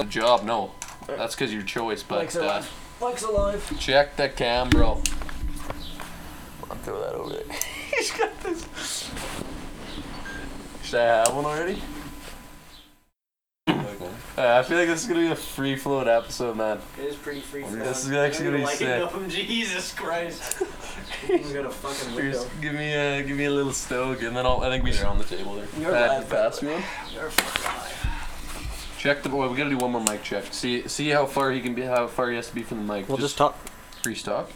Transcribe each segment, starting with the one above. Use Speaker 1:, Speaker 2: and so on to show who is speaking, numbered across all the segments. Speaker 1: Good job, no. That's because your choice, but
Speaker 2: Mike's
Speaker 1: uh,
Speaker 2: alive. Mike's alive.
Speaker 1: check the cam, bro.
Speaker 2: I'll throw that over there. He's got this.
Speaker 1: Should I have one already? Uh, I feel like this is gonna be a free flowing episode, man.
Speaker 2: It is pretty free for
Speaker 1: This is actually gonna be sick.
Speaker 2: Oh, Jesus Christ. I'm gonna fucking
Speaker 1: Cheers.
Speaker 2: window.
Speaker 1: Give me a give me a little stoke, and then I'll, I think we should on the table there.
Speaker 2: You're
Speaker 1: Uh,
Speaker 2: live,
Speaker 1: pass me one.
Speaker 2: You're fucking alive.
Speaker 1: Check the boy. We gotta do one more mic check. See see how far he can be, how far he has to be from the mic.
Speaker 3: We'll just talk.
Speaker 1: free stock.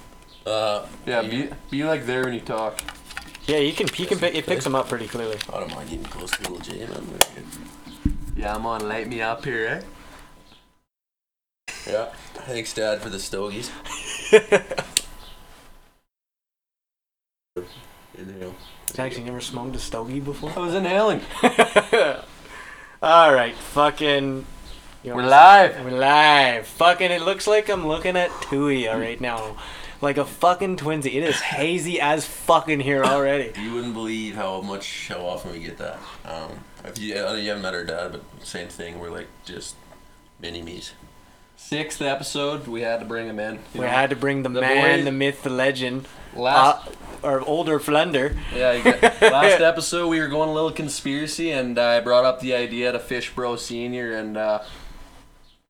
Speaker 4: Uh,
Speaker 1: Yeah,
Speaker 4: yeah.
Speaker 1: be be like there when you talk.
Speaker 3: Yeah, you can. You can pick. It picks them up pretty clearly.
Speaker 4: I don't mind getting close to little J, man. We're good.
Speaker 1: Yeah, I'm on. Light me up here, eh?
Speaker 4: Yeah. Thanks, Dad, for the stogies. Inhale.
Speaker 3: Jackson, you never smoked a stogie before?
Speaker 1: I was inhaling.
Speaker 3: All right, fucking. you
Speaker 1: We're
Speaker 3: wanna-
Speaker 1: live.
Speaker 3: We're live. Fucking. It looks like I'm looking at Tuya right now, like a fucking twinsy. It is hazy as fucking here already.
Speaker 4: You wouldn't believe how much, how often we get that. Um, if you, I know you haven't met our dad, but same thing. We're like just mini me's.
Speaker 1: Sixth episode, we had to bring him in. you
Speaker 3: We
Speaker 1: know.
Speaker 3: had to bring the,
Speaker 1: The
Speaker 3: man,
Speaker 1: boy-
Speaker 3: the myth, the legend,
Speaker 1: last.
Speaker 3: uh, our older Flender.
Speaker 1: Yeah, you got, last episode we were going a little conspiracy, and I brought up the idea to Fish Bro Senior, and uh,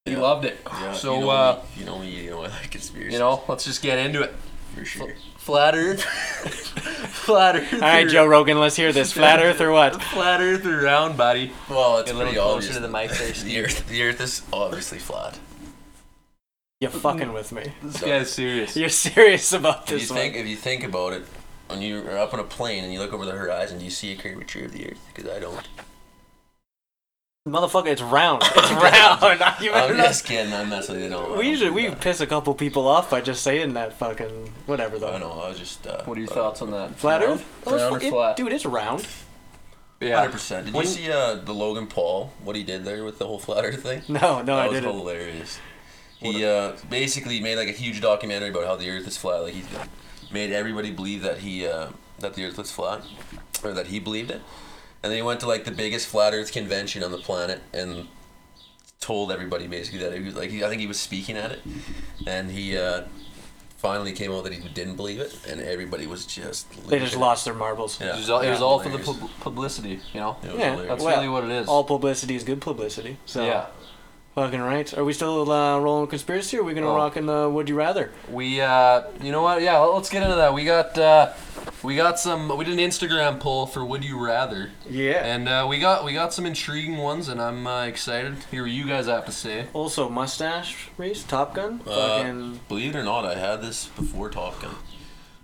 Speaker 1: he
Speaker 4: Yeah.
Speaker 1: loved it.
Speaker 4: Yeah,
Speaker 1: so
Speaker 4: you know
Speaker 1: uh,
Speaker 4: me, you know me, you know I like conspiracy.
Speaker 1: you know, let's just get into it.
Speaker 4: for sure.
Speaker 1: Flat Earth, flat Earth.
Speaker 3: All right, Joe Rogan, let's hear this. Flat Earth or what?
Speaker 1: Flat Earth or round, buddy?
Speaker 4: Well, it's
Speaker 1: Get a little
Speaker 4: pretty
Speaker 1: closer
Speaker 4: obvious
Speaker 1: to the
Speaker 4: that
Speaker 1: mic there,
Speaker 4: the Earth, the Earth is obviously flat.
Speaker 3: You're fucking with me.
Speaker 1: This guy's serious.
Speaker 3: You're serious about
Speaker 4: If
Speaker 3: this
Speaker 4: you
Speaker 3: one.
Speaker 4: think, if you think about it, when you're up on a plane and you look over the horizon, do you see a curvature of the Earth? Because I don't.
Speaker 3: Motherfucker, it's round. It's round. You better
Speaker 4: I'm
Speaker 3: not-
Speaker 4: just kidding. I'm not saying no.
Speaker 3: We usually we piss a couple people off by just saying that fucking whatever
Speaker 4: I
Speaker 3: though.
Speaker 4: know. I was just. Uh,
Speaker 1: What are your thoughts on that?
Speaker 3: Flat Earth?
Speaker 1: Round,
Speaker 3: Oh,
Speaker 1: round or
Speaker 3: it's fu- it-
Speaker 1: flat?
Speaker 3: dude, it's round.
Speaker 1: yeah.
Speaker 4: Hundred percent. Did
Speaker 1: When-
Speaker 4: you see uh, the Logan Paul? What he did there with the whole flat Earth thing?
Speaker 3: No, no,
Speaker 4: that
Speaker 3: I
Speaker 4: was
Speaker 3: didn't.
Speaker 4: hilarious. He uh, basically made like a huge documentary about how the Earth is flat. Like he made everybody believe that he uh, that the Earth was flat, or that he believed it. And then he went to like the biggest flat Earth convention on the planet and told everybody basically that he was like he, I think he was speaking at it, and he uh, finally came out that he didn't believe it, and everybody was just
Speaker 3: They just lost their marbles.
Speaker 4: Yeah.
Speaker 1: It was all, it was all for the
Speaker 4: Hilarious.
Speaker 1: pub- publicity, you know.
Speaker 4: It was
Speaker 3: Yeah,
Speaker 4: hilarious.
Speaker 1: That's
Speaker 3: Well,
Speaker 1: really what it is.
Speaker 3: All publicity is good publicity. So
Speaker 1: yeah.
Speaker 3: fucking right. Are we still uh, rolling with conspiracy or are we gonna
Speaker 1: Oh.
Speaker 3: rock in the would you rather?
Speaker 1: We, uh, you know what? Yeah, let's get into that. We got, uh, we got some. We did an Instagram poll for Would You Rather,
Speaker 3: Yeah.
Speaker 1: and uh, we got we got some intriguing ones, and I'm uh, excited to hear what you guys have to say.
Speaker 3: Also mustache race, Top Gun,
Speaker 4: Uh,
Speaker 3: fucking
Speaker 4: Believe it or not, I had this before Top Gun.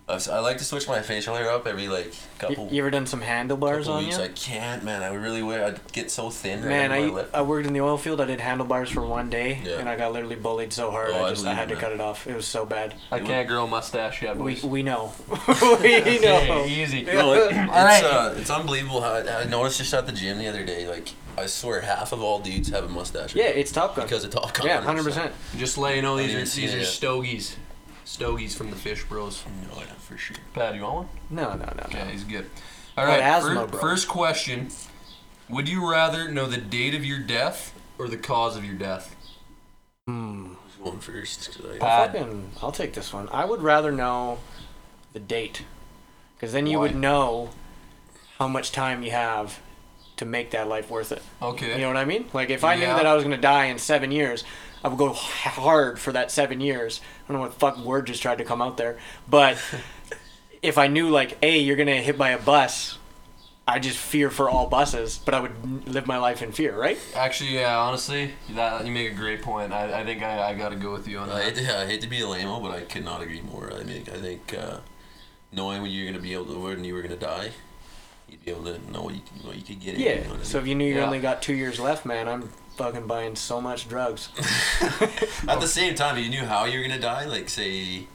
Speaker 4: I, was- I like to switch my facial hair up every like couple,
Speaker 3: you, you ever done some handlebars
Speaker 4: couple
Speaker 3: on
Speaker 4: weeks.
Speaker 3: you?
Speaker 4: I can't, man. I really wish I'd get so thin.
Speaker 3: Man,
Speaker 4: right under my
Speaker 3: I,
Speaker 4: lip.
Speaker 3: I worked in the oil field. I did handlebars for one day,
Speaker 4: Yeah.
Speaker 3: and I got literally bullied so hard.
Speaker 4: Oh,
Speaker 3: I
Speaker 4: I
Speaker 3: just I
Speaker 4: believe
Speaker 3: had
Speaker 4: you,
Speaker 3: to
Speaker 4: man.
Speaker 3: cut it off. It was so bad.
Speaker 1: I can't grow a mustache yet,
Speaker 3: We
Speaker 1: boys.
Speaker 3: we know, we know.
Speaker 1: Hey, easy.
Speaker 4: No, it- it's,
Speaker 1: right.
Speaker 4: uh, it's unbelievable how I, I noticed just at the gym the other day. Like I swear, half of all dudes have a mustache.
Speaker 3: Yeah, it's Top Gun.
Speaker 4: because of Top Gun.
Speaker 3: yeah, hundred percent.
Speaker 1: Just let you know these
Speaker 4: Yeah,
Speaker 1: are these
Speaker 4: yeah.
Speaker 1: are stogies, stogies from the Fish Bros.
Speaker 4: No, yeah, for sure.
Speaker 1: Pat, you want one?
Speaker 3: No, no, no.
Speaker 1: Yeah, he's good. All
Speaker 3: Got
Speaker 1: right,
Speaker 3: asthma,
Speaker 1: fir-
Speaker 3: bro.
Speaker 1: first question: Would you rather know the date of your death or the cause of your death?
Speaker 4: Who's going first? 'Cause I-
Speaker 3: I'll
Speaker 1: Bad.
Speaker 3: fucking, I'll take this one. I would rather know the date, because then you would
Speaker 1: Why?
Speaker 3: know how much time you have to make that life worth it.
Speaker 1: Okay.
Speaker 3: You know what I mean? Like if I knew
Speaker 1: Yeah.
Speaker 3: that I was gonna die in seven years, I would go h- hard for that seven years. I don't know what fuck word just tried to come out there, but if I knew like, hey, you're gonna hit by a bus, I just fear for all buses, but I would n- live my life in fear, right?
Speaker 1: Actually, yeah, honestly, that you make a great point. I, I think I, I got to go with you on
Speaker 4: I hate,
Speaker 1: that.
Speaker 4: to, I hate to be a lame but I could not agree more. I mean, I think uh, knowing when you're gonna be able to, when you were gonna die, you'd be able to know what you, what you could get. in, you know what I
Speaker 3: So
Speaker 4: mean?
Speaker 3: if you knew you
Speaker 1: Yeah.
Speaker 3: only got two years left, man, I'm fucking buying so much drugs.
Speaker 4: at the same time, if you knew how you were gonna die, like say,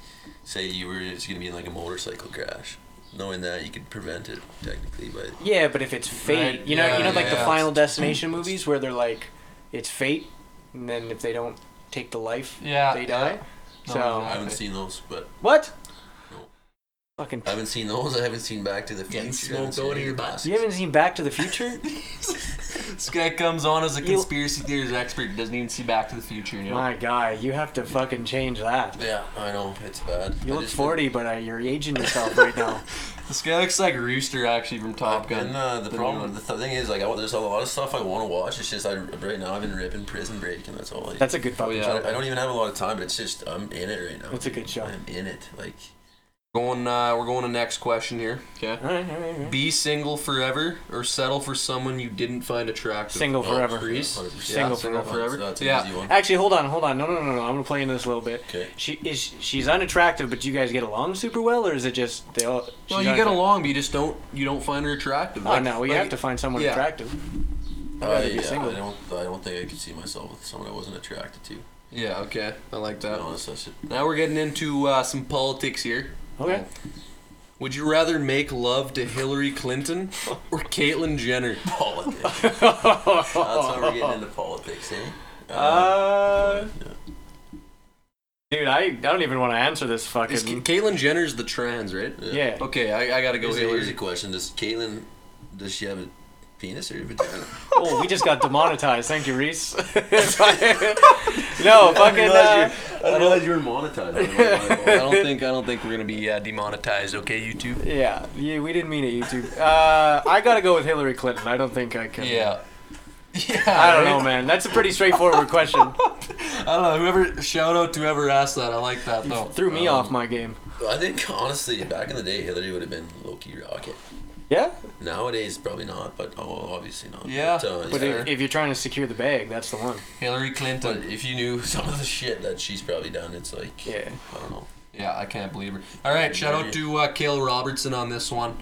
Speaker 4: say you were just gonna be in like a motorcycle crash. Knowing that you could prevent it technically, but
Speaker 3: Yeah, but if it's fate,
Speaker 1: Right,
Speaker 3: you know,
Speaker 1: yeah,
Speaker 3: you know, like the
Speaker 1: yeah.
Speaker 3: Final Destination movies where they're like, it's fate, and then if they don't take the life,
Speaker 1: Yeah,
Speaker 3: they die.
Speaker 1: No,
Speaker 3: so
Speaker 4: I haven't
Speaker 1: Okay.
Speaker 4: seen those. But
Speaker 3: What?
Speaker 4: No.
Speaker 3: Fucking.
Speaker 4: I haven't seen those. I haven't seen Back to the Future. I haven't
Speaker 1: smoked
Speaker 4: seen
Speaker 1: out
Speaker 4: any
Speaker 1: of your
Speaker 4: of the
Speaker 1: butt.
Speaker 4: classics.
Speaker 3: you haven't seen Back to the Future?
Speaker 1: this guy comes on as a conspiracy theories expert, doesn't even see Back to the Future. You know?
Speaker 3: My guy, you have to fucking change that.
Speaker 4: Yeah, I know it's bad.
Speaker 3: You
Speaker 4: I
Speaker 3: look
Speaker 4: just-
Speaker 3: 40, but uh, you're aging yourself right now.
Speaker 1: This guy looks like Rooster actually from Top Gun.
Speaker 4: And uh, the
Speaker 1: new
Speaker 4: problem,
Speaker 1: one.
Speaker 4: the th- thing is, like, I, want- there's a lot of stuff I want to watch. It's just I right now I've been ripping Prison Break, and that's all. I,
Speaker 3: That's a good fucking
Speaker 1: yeah.
Speaker 4: I,
Speaker 3: show.
Speaker 4: don't- I don't even have a lot of time, but it's just I'm in it right now.
Speaker 3: That's a good show.
Speaker 4: I'm in it. Like,
Speaker 1: Going, uh, we're going to next question here. Okay.
Speaker 3: All right, all right, all right.
Speaker 1: Be single forever or settle for someone you didn't find attractive.
Speaker 3: Single
Speaker 4: Oh,
Speaker 3: forever.
Speaker 1: Grease.
Speaker 4: Yeah, 100%.
Speaker 1: Yeah,
Speaker 3: Single
Speaker 1: single
Speaker 4: forever.
Speaker 1: forever.
Speaker 4: That's an
Speaker 1: yeah.
Speaker 4: easy one.
Speaker 3: Actually, hold on, hold on. No, no, no, no. I'm gonna play into this a little bit.
Speaker 4: 'Kay.
Speaker 3: She is. She's unattractive, but you guys get along super well, or is it just they all?
Speaker 1: Well,
Speaker 3: she's
Speaker 1: you get
Speaker 3: unattractive?
Speaker 1: along, but you just don't. You don't find her attractive.
Speaker 3: Oh
Speaker 1: Like-
Speaker 3: no, well, you
Speaker 1: like-
Speaker 3: have to find someone
Speaker 1: yeah.
Speaker 3: attractive.
Speaker 4: I,
Speaker 3: rather be
Speaker 4: Uh, yeah,
Speaker 3: single.
Speaker 4: I don't. I don't think I could see myself with someone I wasn't attracted to. To
Speaker 1: Yeah. Okay. I like
Speaker 4: be
Speaker 1: that.
Speaker 4: honest, I should.
Speaker 1: Now we're getting into uh, some politics here.
Speaker 3: Okay.
Speaker 1: Would you rather make love to Hillary Clinton or Caitlyn Jenner?
Speaker 4: Politics. That's how we're getting into politics, eh?
Speaker 3: Uh, dude, I, I don't even want to answer this
Speaker 1: Is Ca-
Speaker 3: fucking.
Speaker 1: Caitlyn Jenner's the trans, right?
Speaker 3: Yeah.
Speaker 1: Okay, I, I gotta go
Speaker 4: Here's, a, here's a
Speaker 1: Hillary.
Speaker 4: question: Does Caitlyn, does she have a penis or a vagina?
Speaker 3: Oh, we just got demonetized. Thank you, Reese. no, fucking. Uh,
Speaker 4: I didn't realize you were monetized.
Speaker 1: I don't think I don't think we're gonna be uh, demonetized. Okay, YouTube.
Speaker 3: yeah, yeah, we didn't mean it, YouTube. Uh, I gotta go with Hillary Clinton. I don't think I can.
Speaker 1: Yeah. Yeah.
Speaker 3: I don't know, man. That's a pretty straightforward question.
Speaker 1: I don't know. Whoever shout out to whoever asked that. I like that though. Um,
Speaker 3: Threw me off my game.
Speaker 4: I think honestly, back in the day, Hillary would have been low key rocket.
Speaker 3: Yeah,
Speaker 4: Nowadays, probably not, but oh, obviously not.
Speaker 1: Yeah,
Speaker 4: but, uh,
Speaker 3: but
Speaker 4: yeah.
Speaker 3: if, if you're trying to secure the bag, that's the one.
Speaker 1: Hillary
Speaker 4: But
Speaker 1: Clinton.
Speaker 4: if you knew some of the shit that she's probably done, it's like
Speaker 3: Yeah.
Speaker 4: I don't know.
Speaker 1: Yeah, I can't believe her. All right, shout out to uh, Kale Robertson on this one.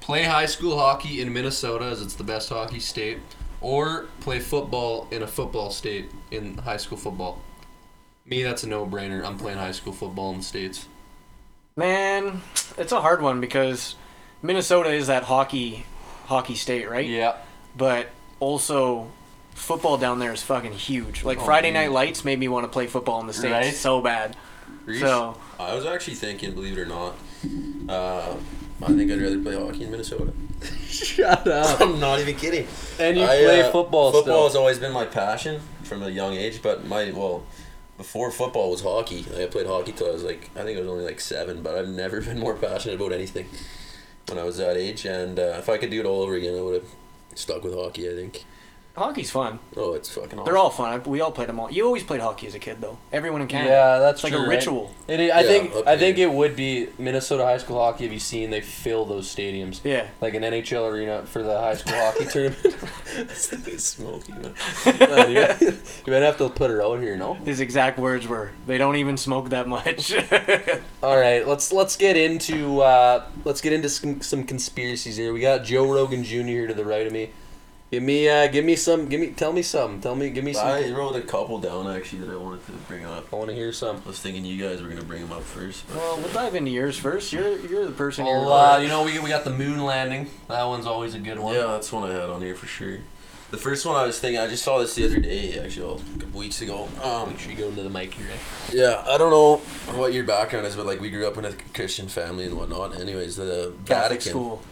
Speaker 1: Play high school hockey in Minnesota as it's the best hockey state, or play football in a football state in high school football. Me, that's a no-brainer. I'm playing high school football in the states.
Speaker 3: Man, it's a hard one because Minnesota is that hockey, hockey state, right?
Speaker 1: Yeah,
Speaker 3: But also, football down there is fucking huge. Like Friday Night Lights made me want to play football in the states
Speaker 1: Oh, Right?
Speaker 3: so bad.
Speaker 1: Reese?
Speaker 3: So
Speaker 4: I was actually thinking, believe it or not, uh, I think I'd rather play hockey in Minnesota.
Speaker 1: shut up.
Speaker 4: I'm not even kidding.
Speaker 1: And you
Speaker 4: I,
Speaker 1: play
Speaker 4: uh,
Speaker 1: football,
Speaker 4: Football has
Speaker 1: still.
Speaker 4: always been my passion from a young age, but my well, before football was hockey. Like, I played hockey till I was like I think I was only like seven, but I've never been more passionate about anything when I was that age. And uh, if I could do it all over again, I would have stuck with hockey. I think.
Speaker 3: hockey's fun.
Speaker 4: Oh, it's fucking awesome.
Speaker 3: They're all fun. I- We all played them all. You always played hockey as a kid, though. Everyone in Canada.
Speaker 1: Yeah, that's
Speaker 3: it's like
Speaker 1: true,
Speaker 3: a
Speaker 1: right?
Speaker 3: ritual.
Speaker 1: It, I
Speaker 4: Yeah,
Speaker 1: think
Speaker 4: up
Speaker 1: I think
Speaker 4: here.
Speaker 1: it would be Minnesota high school hockey. Have you seen they fill those stadiums?
Speaker 3: Yeah.
Speaker 1: Like an NHL arena for the high school hockey tournament.
Speaker 4: It's smoky. man.
Speaker 1: Yeah, dude. you might have to put her out here, no?
Speaker 3: His exact words were, "They don't even smoke that much."
Speaker 1: All right, let's let's get into uh, let's get into some, some conspiracies here. We got Joe Rogan Jr. here to the right of me. Give me uh, give me some give me tell me some tell me give me some. I,
Speaker 4: I wrote a couple down actually that I wanted to bring up.
Speaker 1: want to hear some.
Speaker 4: I was thinking you guys were gonna bring them up first. but-
Speaker 3: well, we'll dive into yours first. You're you're the person.
Speaker 4: Oh,
Speaker 3: here.
Speaker 1: Well, uh, you know we, we got the moon landing. That one's always a good one.
Speaker 4: Yeah, that's one I had on here for sure. The first one I was thinking, I just saw this the other day, actually, a couple weeks ago. Um,
Speaker 1: Make sure you go into the mic here. eh?
Speaker 4: yeah, I don't know what your background is, but like we grew up in a Christian family and whatnot. Anyways, the
Speaker 3: Catholic
Speaker 4: Vatican,
Speaker 3: school.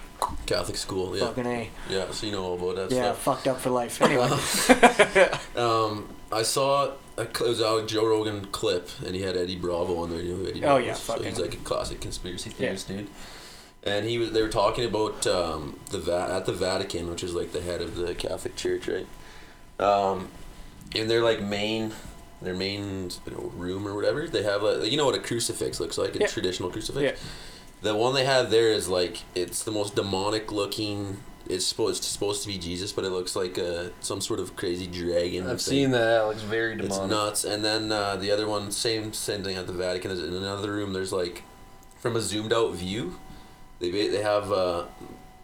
Speaker 4: Catholic school, yeah,
Speaker 3: Fucking a.
Speaker 4: yeah. So you know all about that
Speaker 3: Yeah,
Speaker 4: stuff.
Speaker 3: fucked up for life. Anyway,
Speaker 4: Um, I saw a cl- it was a Joe Rogan clip, and he had Eddie Bravo on there. You know who Eddie
Speaker 3: Oh,
Speaker 4: Bravo
Speaker 3: yeah,
Speaker 4: is? so
Speaker 3: fucking-
Speaker 4: he's like a classic conspiracy theorist, dude. And he was they were talking about um, the Va- at the Vatican, which is like the head of the Catholic Church, right? Um, in their like main their main you know, room or whatever, they have a you know what a crucifix looks like, a
Speaker 3: Yeah.
Speaker 4: traditional crucifix.
Speaker 3: yeah,
Speaker 4: The one they have there is like it's the most demonic looking. It's supposed it's supposed to be Jesus, but it looks like a some sort of crazy dragon.
Speaker 1: I've
Speaker 4: thing.
Speaker 1: seen that. That looks very demonic.
Speaker 4: It's nuts. And then uh, the other one, same same thing at the Vatican. Is in another room. There's like, from a zoomed out view, they ba- they have uh,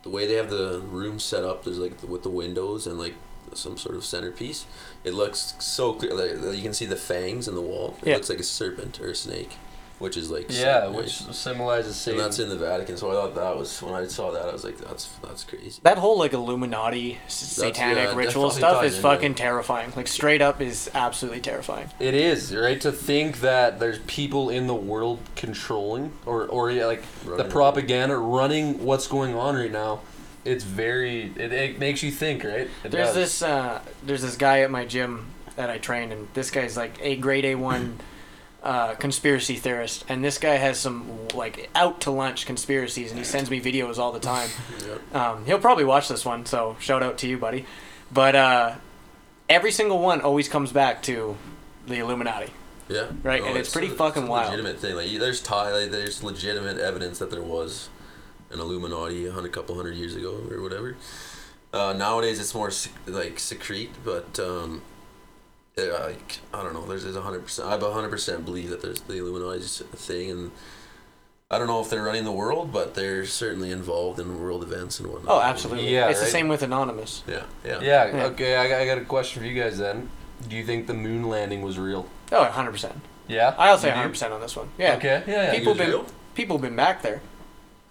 Speaker 4: the way they have the room set up. There's like with the windows and like some sort of centerpiece. It looks so clear. Like, you can see the fangs in the wall. It
Speaker 3: Yeah.
Speaker 4: looks like a serpent or a snake, which is like
Speaker 1: yeah,
Speaker 4: Satan, right?
Speaker 1: which symbolizes
Speaker 4: And
Speaker 1: Satan.
Speaker 4: that's in the Vatican, so I thought that was when I saw that I was like, that's that's crazy.
Speaker 3: that whole like Illuminati, s satanic
Speaker 4: yeah,
Speaker 3: ritual
Speaker 4: definitely
Speaker 3: stuff
Speaker 4: ties
Speaker 3: is
Speaker 4: into
Speaker 3: fucking
Speaker 4: it.
Speaker 3: terrifying. Like straight up is absolutely terrifying.
Speaker 1: It is right to think that there's people in the world controlling or or yeah, like
Speaker 4: Running
Speaker 1: the
Speaker 4: it.
Speaker 1: propaganda running what's going on right now, it's very it, it makes you think, right? It
Speaker 3: There's
Speaker 1: does.
Speaker 3: this uh, there's this guy at my gym that I train, and this guy's like a grade A one uh, conspiracy theorist, and this guy has some like out to lunch conspiracies, and he sends me videos all the time. Um, he'll probably watch this one, so shout out to you, buddy. But uh, every single one always comes back to the Illuminati.
Speaker 4: Yeah.
Speaker 3: Right, and it's pretty fucking
Speaker 4: a
Speaker 3: wild.
Speaker 4: Legitimate thing. Like, there's tie. Like, there's legitimate evidence that there was an Illuminati a hundred couple hundred years ago or whatever. Uh, nowadays, it's more sec- like secrete, but um, yeah, like I don't know. There's there's hundred percent. I hundred percent believe that there's the Illuminati's a thing, and I don't know if they're running the world, but they're certainly involved in world events and whatnot.
Speaker 3: Oh, absolutely.
Speaker 1: Yeah,
Speaker 3: it's the
Speaker 1: right.
Speaker 3: same with Anonymous.
Speaker 4: Yeah, yeah,
Speaker 1: yeah,
Speaker 3: Yeah.
Speaker 1: Okay, I got, I got a question for you guys then. Do you think the moon landing was real?
Speaker 3: Oh, 100 percent.
Speaker 1: Yeah,
Speaker 3: I'll say
Speaker 1: You do?
Speaker 3: 100 percent on this one. Yeah.
Speaker 1: Okay, yeah, yeah.
Speaker 4: Think it
Speaker 3: People
Speaker 4: was
Speaker 3: been
Speaker 4: real?
Speaker 3: people been back there.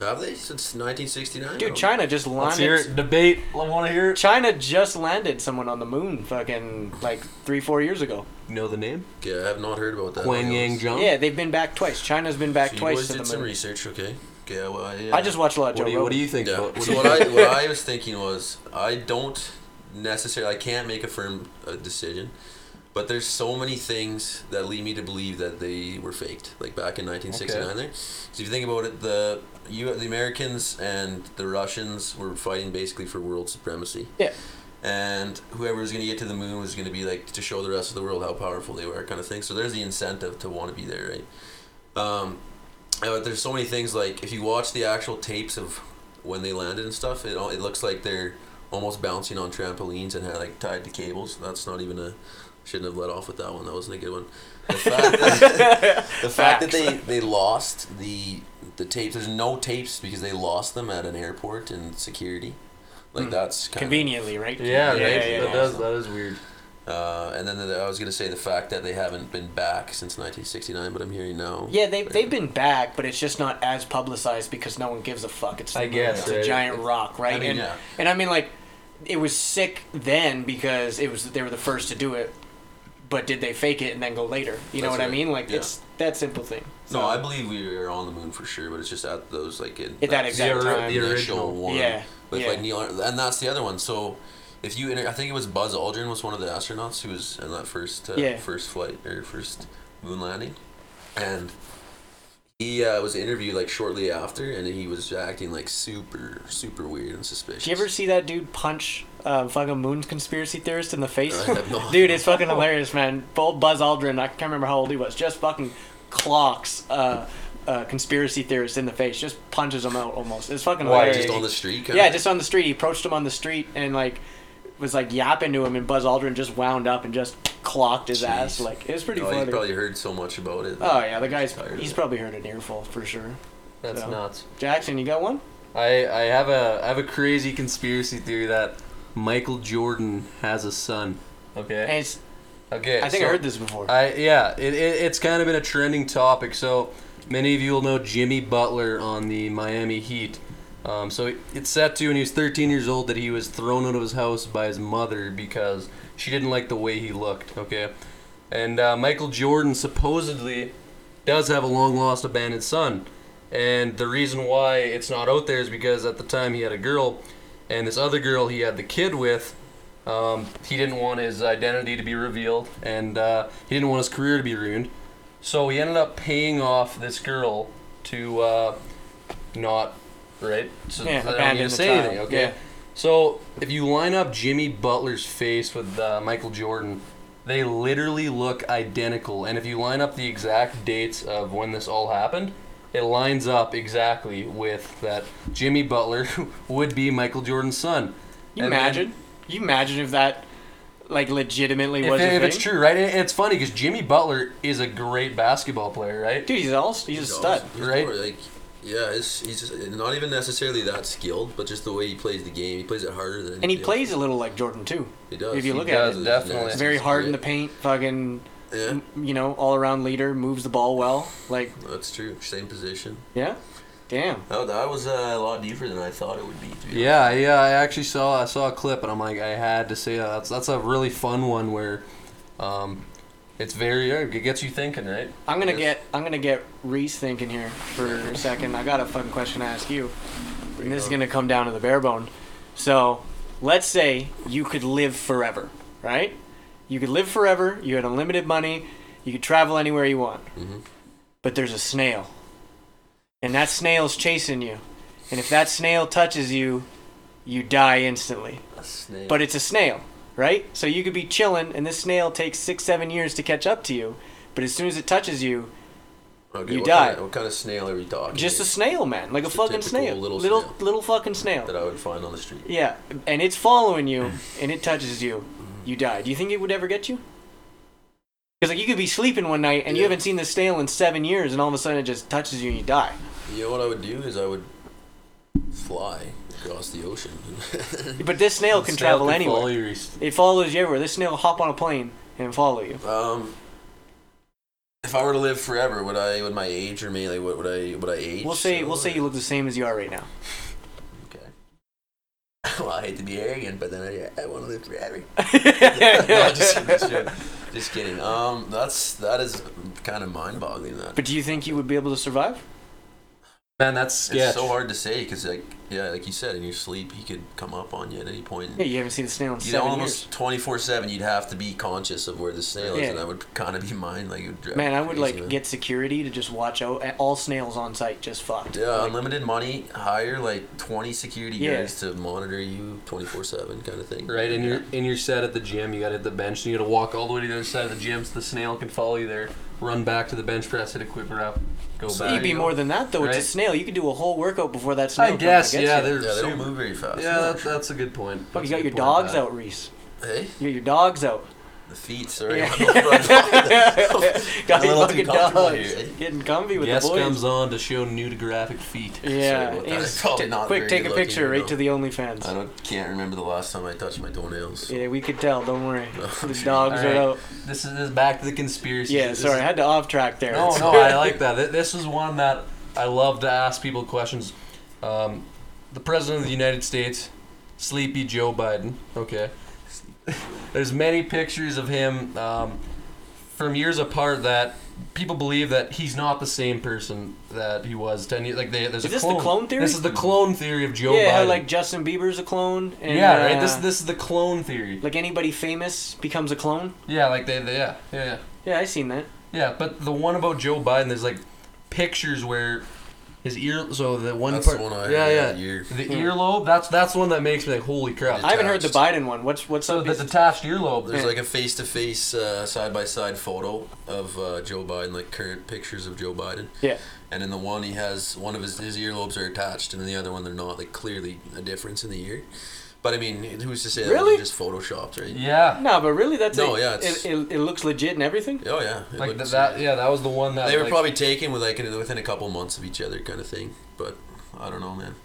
Speaker 4: Have they since Oh, 1969?
Speaker 3: Dude, China just
Speaker 1: Let's hear
Speaker 3: launched
Speaker 1: it. Debate. I want to hear it.
Speaker 3: China just landed someone on the moon fucking like three, four years ago.
Speaker 1: You know the name?
Speaker 4: Yeah, I have not heard about that.
Speaker 1: Quan Yang Jung.
Speaker 3: Yeah, they've been back twice. China's been back
Speaker 4: So you
Speaker 3: twice
Speaker 4: boys
Speaker 3: to
Speaker 4: did
Speaker 3: the
Speaker 4: some
Speaker 3: moon.
Speaker 4: research, okay? Okay, well, I,
Speaker 3: I just watch a lot of Joe
Speaker 1: What do you What do
Speaker 3: Rogan.
Speaker 1: you think?
Speaker 4: yeah.
Speaker 1: What- what
Speaker 4: so
Speaker 1: do
Speaker 4: what
Speaker 1: you-
Speaker 4: I what I was thinking was I don't necessarily I can't make a firm uh, decision, but there's so many things that lead me to believe that they were faked, like back in 1969. There, so if you think about it, the you the Americans and the Russians were fighting basically for world supremacy.
Speaker 3: Yeah.
Speaker 4: And whoever was going to get to the moon was going to be like to show the rest of the world how powerful they were, kind of thing. So there's the incentive to want to be there, right? Um, yeah, but there's so many things like if you watch the actual tapes of when they landed and stuff, it all- it looks like they're almost bouncing on trampolines and had like tied to cables. That's not even a shouldn't have let off with that one. That wasn't a good one. The fact that, the fact that they, they lost the the tapes. There's no tapes because they lost them at an airport and security. Like that's kind
Speaker 3: Conveniently, right?
Speaker 1: Yeah,
Speaker 3: yeah,
Speaker 1: right.
Speaker 3: yeah,
Speaker 1: that
Speaker 3: yeah.
Speaker 1: does. That is weird.
Speaker 4: Uh, and then the, I was gonna say the fact that they haven't been back since 1969, but I'm hearing now.
Speaker 3: Yeah, they they've been back, but it's just not as publicized because no one gives a fuck. It's the
Speaker 1: I
Speaker 3: moon.
Speaker 1: guess,
Speaker 3: it's
Speaker 1: right?
Speaker 3: a giant rock, right?
Speaker 4: mean,
Speaker 3: and
Speaker 4: yeah.
Speaker 3: and I mean like it was sick then because it was they were the first to do it, but did they fake it and then go later? You know
Speaker 4: That's
Speaker 3: what I
Speaker 4: right.
Speaker 3: mean? Like
Speaker 4: Yeah.
Speaker 3: it's that simple thing.
Speaker 4: No, I believe we were on the moon for sure, but it's just at those like in
Speaker 3: At that exact
Speaker 1: The ori-
Speaker 3: time.
Speaker 1: the
Speaker 4: initial
Speaker 1: original.
Speaker 4: one.
Speaker 3: Yeah,
Speaker 4: With
Speaker 3: yeah.
Speaker 4: like Neil, Ar- and that's the other one. So, if you, inter- I think it was Buzz Aldrin was one of the astronauts who was in that first uh,
Speaker 3: Yeah.
Speaker 4: first flight or first moon landing, and he uh, was interviewed like shortly after, and he was acting like super super weird and suspicious.
Speaker 3: Did you ever see that dude punch uh, fucking moon conspiracy theorist in the face?
Speaker 4: I have not.
Speaker 3: dude, it's fucking hilarious, man. Old Buzz Aldrin, I can't remember how old he was, just fucking clocks uh, uh, conspiracy theorist in the face, just punches him out almost. It's fucking
Speaker 1: Why,
Speaker 3: hilarious.
Speaker 4: just on the street? kinda?
Speaker 3: yeah, just on the street. He approached him on the street and like was like yapping to him, and Buzz Aldrin just wound up and just clocked his ass.
Speaker 4: Jeez.
Speaker 3: Like it was pretty
Speaker 4: No,
Speaker 3: funny.
Speaker 4: He Oh, probably heard so much about it.
Speaker 3: oh yeah, the guy's
Speaker 4: Tired of
Speaker 3: he's
Speaker 4: it.
Speaker 3: probably heard an earful for sure.
Speaker 1: That's
Speaker 3: Yeah.
Speaker 1: nuts.
Speaker 3: Jackson, you got one?
Speaker 1: I, I have a I have a crazy conspiracy theory that Michael Jordan has a son.
Speaker 3: And
Speaker 1: Okay.
Speaker 3: it's,
Speaker 1: Okay.
Speaker 3: I think I
Speaker 1: so-
Speaker 3: heard this before.
Speaker 1: I yeah, it, it, it's kind of been a trending topic. So many of you will know Jimmy Butler on the Miami Heat. Um, so it- it's set to when he was 13 years old that he was thrown out of his house by his mother because she didn't like the way he looked. Okay, and uh, Michael Jordan supposedly does have a long lost abandoned son, and the reason why it's not out there is because at the time he had a girl, and this other girl he had the kid with um, he didn't want his identity to be revealed, and uh, he didn't want his career to be ruined. So he ended up paying off this girl to uh, not, right? So
Speaker 3: Yeah,
Speaker 1: I don't
Speaker 3: abandon
Speaker 1: need to
Speaker 3: the
Speaker 1: say
Speaker 3: child,
Speaker 1: anything, okay?
Speaker 3: yeah.
Speaker 1: So if you line up Jimmy Butler's face with uh, Michael Jordan, they literally look identical. And if you line up the exact dates of when this all happened, it lines up exactly with that Jimmy Butler would be Michael Jordan's son.
Speaker 3: You
Speaker 1: And then-
Speaker 3: imagine? you imagine if that, like, legitimately
Speaker 1: if,
Speaker 3: was a
Speaker 1: if
Speaker 3: thing?
Speaker 1: it's true, right? And it's funny because Jimmy Butler is a great basketball player, right?
Speaker 3: Dude, he's all he's, a
Speaker 4: He's
Speaker 3: stud.
Speaker 4: awesome. He's
Speaker 1: right?
Speaker 4: more like, yeah, he's, he's just not even necessarily that skilled, but just the way he plays the game, he plays it harder than.
Speaker 3: And he
Speaker 4: anybody else.
Speaker 3: plays a little like Jordan too.
Speaker 4: He does.
Speaker 3: if you
Speaker 4: He
Speaker 3: look
Speaker 1: does,
Speaker 3: at it,
Speaker 1: definitely.
Speaker 4: It's
Speaker 3: very
Speaker 4: just
Speaker 3: hard in the
Speaker 4: great.
Speaker 3: paint. Fucking,
Speaker 4: Yeah,
Speaker 3: you know, all around leader, moves the ball well. Like,
Speaker 4: that's true. Same position.
Speaker 3: yeah, damn.
Speaker 4: Oh, that was uh, a lot deeper than I thought it would be. To be
Speaker 1: Yeah, yeah. I actually saw I saw a clip, and I'm like, I had to say that. That's that's a really fun one where, um, it's very it gets you thinking, right?
Speaker 3: I'm gonna
Speaker 4: Yes.
Speaker 3: get I'm gonna get Reese thinking here for a second. I got a fun question to ask you. And this is gonna come down to the bare bone. So, let's say you could live forever, right? You could live forever. You had unlimited money. You could travel anywhere you want. But there's a snail, and that snail's chasing you. And if that snail touches you, you die instantly.
Speaker 4: A snake.
Speaker 3: But it's a snail, right? So you could be chilling, and this snail takes six, seven years to catch up to you. But as soon as it touches you,
Speaker 4: Okay,
Speaker 3: you
Speaker 4: what
Speaker 3: die.
Speaker 4: Kind of, what kind of snail are we talking?
Speaker 3: just a
Speaker 4: here
Speaker 3: snail, man, like a
Speaker 4: Just a
Speaker 3: fucking
Speaker 4: typical
Speaker 3: snail,
Speaker 4: little
Speaker 3: little
Speaker 4: snail.
Speaker 3: little fucking snail.
Speaker 4: that I Mm. would find on the street.
Speaker 3: Yeah, and it's following you, and it touches you,
Speaker 4: Mm.
Speaker 3: you die. Do you think it would ever get you? Because like you could be sleeping one night and you
Speaker 4: Yeah.
Speaker 3: haven't seen the snail in seven years, and all of a sudden it just touches you and you die.
Speaker 4: You know what I would do is I would fly across the ocean.
Speaker 3: But this snail can travel anywhere.
Speaker 1: Follow your east-
Speaker 3: It follows you everywhere. This snail will hop on a plane and follow you.
Speaker 4: um, if I were to live forever, would I? Would my age remain? Like, what would I? Would I age?
Speaker 3: We'll say we'll say you look
Speaker 4: look.
Speaker 3: the same as you are right now.
Speaker 4: Okay. well, I hate to be arrogant, but then I, I want to live forever. No, just, kidding, just kidding. Just kidding. Um, that's that is kind of mind-boggling. That
Speaker 3: but do you think you would be able to survive?
Speaker 1: Man, that's sketch.
Speaker 4: it's so hard to say because, like, yeah, like you said, in your sleep, he could come up on you at any point.
Speaker 3: Yeah, you haven't seen the snail in
Speaker 4: You'd
Speaker 3: seven
Speaker 4: almost twenty four seven. You'd have to be conscious of where the snail is,
Speaker 3: Yeah.
Speaker 4: and I would kind of be mine. Like, it would
Speaker 3: years.
Speaker 4: drive
Speaker 3: Man,
Speaker 4: me
Speaker 3: I would
Speaker 4: crazy,
Speaker 3: like
Speaker 4: man.
Speaker 3: get security to just watch out. All snails on site just fucked.
Speaker 4: yeah,
Speaker 3: Like,
Speaker 4: unlimited money, hire like twenty security
Speaker 3: Yeah.
Speaker 4: guards to monitor you twenty four seven, kind of thing.
Speaker 1: Right in your in your set at the gym, you gotta hit the bench, and you gotta walk all the way to the other side of the gym so the snail can follow you there. Run back to the bench press, hit a quick up, go
Speaker 4: So
Speaker 1: back.
Speaker 3: You'd be
Speaker 1: go.
Speaker 3: more than that though. It's
Speaker 1: Right?
Speaker 3: a snail. You could do a whole workout before that snail.
Speaker 1: I
Speaker 3: comes and
Speaker 1: guess,
Speaker 3: gets
Speaker 1: yeah.
Speaker 3: you.
Speaker 1: They're
Speaker 4: Yeah, they
Speaker 1: super,
Speaker 4: don't move very fast.
Speaker 1: Yeah, that, that's a good point.
Speaker 3: Fuck,
Speaker 1: That's
Speaker 3: you got
Speaker 1: a
Speaker 3: your
Speaker 1: good point,
Speaker 3: dogs
Speaker 1: Pat.
Speaker 3: out, Reese.
Speaker 4: Hey,
Speaker 3: You got your dogs out.
Speaker 4: the feet. Sorry,
Speaker 3: Yeah.
Speaker 4: I'm
Speaker 3: got
Speaker 4: a
Speaker 3: your
Speaker 4: little too
Speaker 3: fucking
Speaker 4: comfortable
Speaker 3: dogs.
Speaker 4: here, eh?
Speaker 3: Getting comfy with
Speaker 1: Yes
Speaker 3: the boys.
Speaker 1: comes on to show nudographic feet.
Speaker 3: yeah.
Speaker 4: Sorry about
Speaker 3: it
Speaker 4: that.
Speaker 3: is-
Speaker 4: Probably not
Speaker 3: quick,
Speaker 4: very
Speaker 3: take a
Speaker 4: good-looking,
Speaker 3: picture
Speaker 4: you
Speaker 3: right
Speaker 4: know.
Speaker 3: to the
Speaker 4: I
Speaker 3: OnlyFans.
Speaker 4: don't can't remember the last time I touched my toenails.
Speaker 3: Yeah, we could tell. Don't worry. The dogs
Speaker 1: All right.
Speaker 3: are out.
Speaker 1: This is, this is back to the conspiracy.
Speaker 3: Yeah,
Speaker 1: This
Speaker 3: sorry, I
Speaker 1: is-
Speaker 3: had to off track there.
Speaker 1: no, no, I like that. Th- This is one that I love to ask people questions. Um, the president of the United States, sleepy Joe Biden. Okay. There's many pictures of him um, from years apart that people believe that he's not the same person that he was ten years. Like they, there's
Speaker 3: Is
Speaker 1: a
Speaker 3: this the
Speaker 1: clone.
Speaker 3: clone theory?
Speaker 1: This is the clone theory of Joe
Speaker 3: yeah, how,
Speaker 1: Biden.
Speaker 3: like Justin Bieber's a clone. And,
Speaker 1: yeah, right. This
Speaker 3: uh,
Speaker 1: this is the clone theory.
Speaker 3: like anybody famous becomes a clone.
Speaker 1: Yeah, like they, they yeah, yeah, yeah.
Speaker 3: Yeah, I seen that.
Speaker 1: Yeah, but the one about Joe Biden, there's like pictures where his ear. So the one
Speaker 4: That's
Speaker 1: part.
Speaker 4: the one I
Speaker 1: yeah,
Speaker 4: heard,
Speaker 1: yeah.
Speaker 4: yeah, ear.
Speaker 1: The
Speaker 3: Yeah.
Speaker 1: earlobe. That's that's the one that makes me like, holy crap.
Speaker 4: Yeah.
Speaker 3: I haven't heard the
Speaker 4: Attached.
Speaker 3: Biden one. What's what's
Speaker 1: So
Speaker 3: up?
Speaker 1: the detached earlobe. There's
Speaker 4: There's
Speaker 3: Yeah.
Speaker 4: like a face-to-face, uh, side-by-side photo of uh, Joe Biden, like current pictures of Joe Biden.
Speaker 3: Yeah.
Speaker 4: And in the one, he has one of his his earlobes are attached, and in the other one, they're not. Like clearly a difference in the ear. But I mean, who's to say that
Speaker 3: Really?
Speaker 4: was just photoshopped, right?
Speaker 1: yeah.
Speaker 3: No, but really, that's
Speaker 4: No,
Speaker 3: it.
Speaker 4: yeah,
Speaker 3: it,
Speaker 4: it's-
Speaker 3: it, it looks legit and everything.
Speaker 4: Oh yeah. it
Speaker 1: Like th-
Speaker 4: looks-
Speaker 1: that. Yeah, that was the one that
Speaker 4: They were
Speaker 1: like,
Speaker 4: probably taken with like within a couple months of each other, kind of thing. But I don't know, man.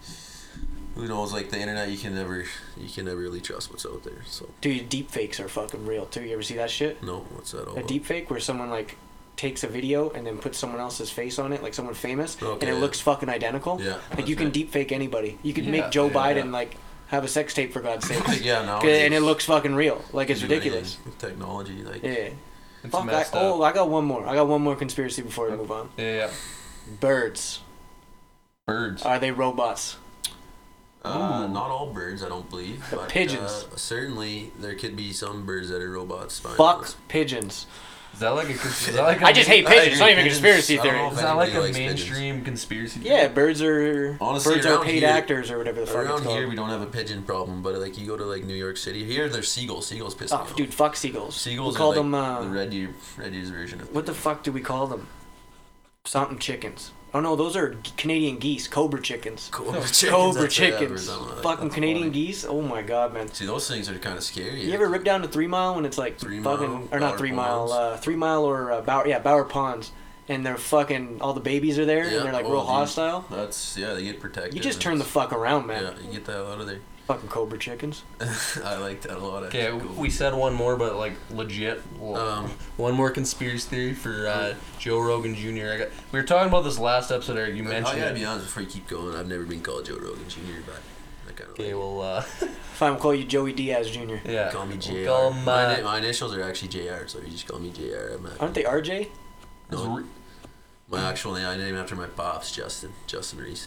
Speaker 4: Who knows? Like the internet, you can never, you can never really trust what's out there. So
Speaker 3: Dude, deep fakes are fucking real too. You ever see that shit?
Speaker 4: no, what's that all?
Speaker 3: A
Speaker 4: about?
Speaker 3: deep fake where someone like takes a video and then puts someone else's face on it, like someone famous,
Speaker 4: Okay,
Speaker 3: and it
Speaker 4: yeah.
Speaker 3: looks fucking identical.
Speaker 4: Yeah,
Speaker 3: Like you
Speaker 4: that's
Speaker 3: can
Speaker 4: right.
Speaker 3: deep fake anybody. You could
Speaker 4: Yeah,
Speaker 3: make Joe
Speaker 4: yeah,
Speaker 3: Biden
Speaker 4: yeah.
Speaker 3: like have a sex tape for God's sake.
Speaker 4: Like, yeah, no.
Speaker 3: and it looks fucking real. Like it's
Speaker 4: you can do
Speaker 3: ridiculous.
Speaker 4: anything with Technology, like
Speaker 3: Yeah.
Speaker 1: It's
Speaker 3: Fuck, I,
Speaker 1: messed
Speaker 3: oh,
Speaker 1: up.
Speaker 3: I got one more. I got one more conspiracy before we move on.
Speaker 1: Yeah, yeah.
Speaker 3: Birds.
Speaker 1: Birds.
Speaker 3: Are they robots?
Speaker 4: uh,
Speaker 1: Ooh.
Speaker 4: not all birds, I don't believe.
Speaker 3: Hmm. The
Speaker 4: but,
Speaker 3: pigeons.
Speaker 4: Uh, certainly, there could be some birds that are robots. spying on
Speaker 3: Fuck
Speaker 4: us.
Speaker 3: pigeons.
Speaker 1: Is that like a? cons- Is that like a
Speaker 3: I just hate
Speaker 1: main-
Speaker 3: pigeons. It's not even a
Speaker 4: Pigeons,
Speaker 3: conspiracy
Speaker 4: I don't
Speaker 3: theory.
Speaker 4: know if
Speaker 1: Is that like a
Speaker 4: anybody likes pigeons.
Speaker 1: mainstream conspiracy? theory?
Speaker 3: Yeah, birds are
Speaker 4: Honestly,
Speaker 3: birds are
Speaker 4: around
Speaker 3: paid
Speaker 4: here-
Speaker 3: actors or whatever the fuck it's
Speaker 4: Around
Speaker 3: called.
Speaker 4: here, we don't have a pigeon problem, but like you go to like New York City, here there's seagulls. Seagulls piss me
Speaker 3: Oh,
Speaker 4: off.
Speaker 3: dude, fuck seagulls.
Speaker 4: Seagulls
Speaker 3: we call
Speaker 4: are like
Speaker 3: them. Uh,
Speaker 4: the red deer, red deer's version of
Speaker 3: what the fuck do we call them? Something chickens. Oh no, those are g- Canadian geese. Cobra chickens.
Speaker 4: cobra chickens.
Speaker 3: Oh, Cobra
Speaker 4: that's what I have
Speaker 3: chickens.
Speaker 4: or something like
Speaker 3: Fucking
Speaker 4: that.
Speaker 3: Canadian geese. Oh my god, man.
Speaker 4: See, those things are kind of scary.
Speaker 3: You ever rip down to three mile when it's like
Speaker 4: Three
Speaker 3: fucking
Speaker 4: Mile,
Speaker 3: or not
Speaker 4: Bower
Speaker 3: three mile,
Speaker 4: Ponds.
Speaker 3: uh, three mile or uh, Bower yeah Bower Ponds, and they're fucking all the babies are there
Speaker 4: Yeah,
Speaker 3: and they're like
Speaker 4: oh,
Speaker 3: real
Speaker 4: dude.
Speaker 3: hostile.
Speaker 4: That's yeah, they get protected.
Speaker 3: You just
Speaker 4: and
Speaker 3: turn the
Speaker 4: it's-
Speaker 3: fuck around, man.
Speaker 4: Yeah, you get the hell out of there.
Speaker 3: Fucking cobra chickens.
Speaker 4: I like that a lot.
Speaker 1: Okay,
Speaker 4: actually.
Speaker 1: w- we said one more, but like legit. Well,
Speaker 4: Um,
Speaker 1: one more conspiracy theory for uh, Joe Rogan Jr. I got, we were talking about this last episode, Eric. You
Speaker 4: I
Speaker 1: mentioned
Speaker 4: gotta
Speaker 1: it.
Speaker 4: be honest before you keep going. I've never been called Joe Rogan Jr., but I kind of
Speaker 1: Okay,
Speaker 4: like
Speaker 1: well, uh,
Speaker 3: If I'm call you Joey Diaz Jr.
Speaker 1: yeah.
Speaker 4: call me JR.
Speaker 1: Call him,
Speaker 4: my,
Speaker 1: uh,
Speaker 4: ni- my initials are actually JR, so you just call me JR. I'm not,
Speaker 3: Aren't they RJ?
Speaker 1: It's
Speaker 4: no,
Speaker 1: re-
Speaker 4: my actual name, I named after my pops, Justin. Justin Reese.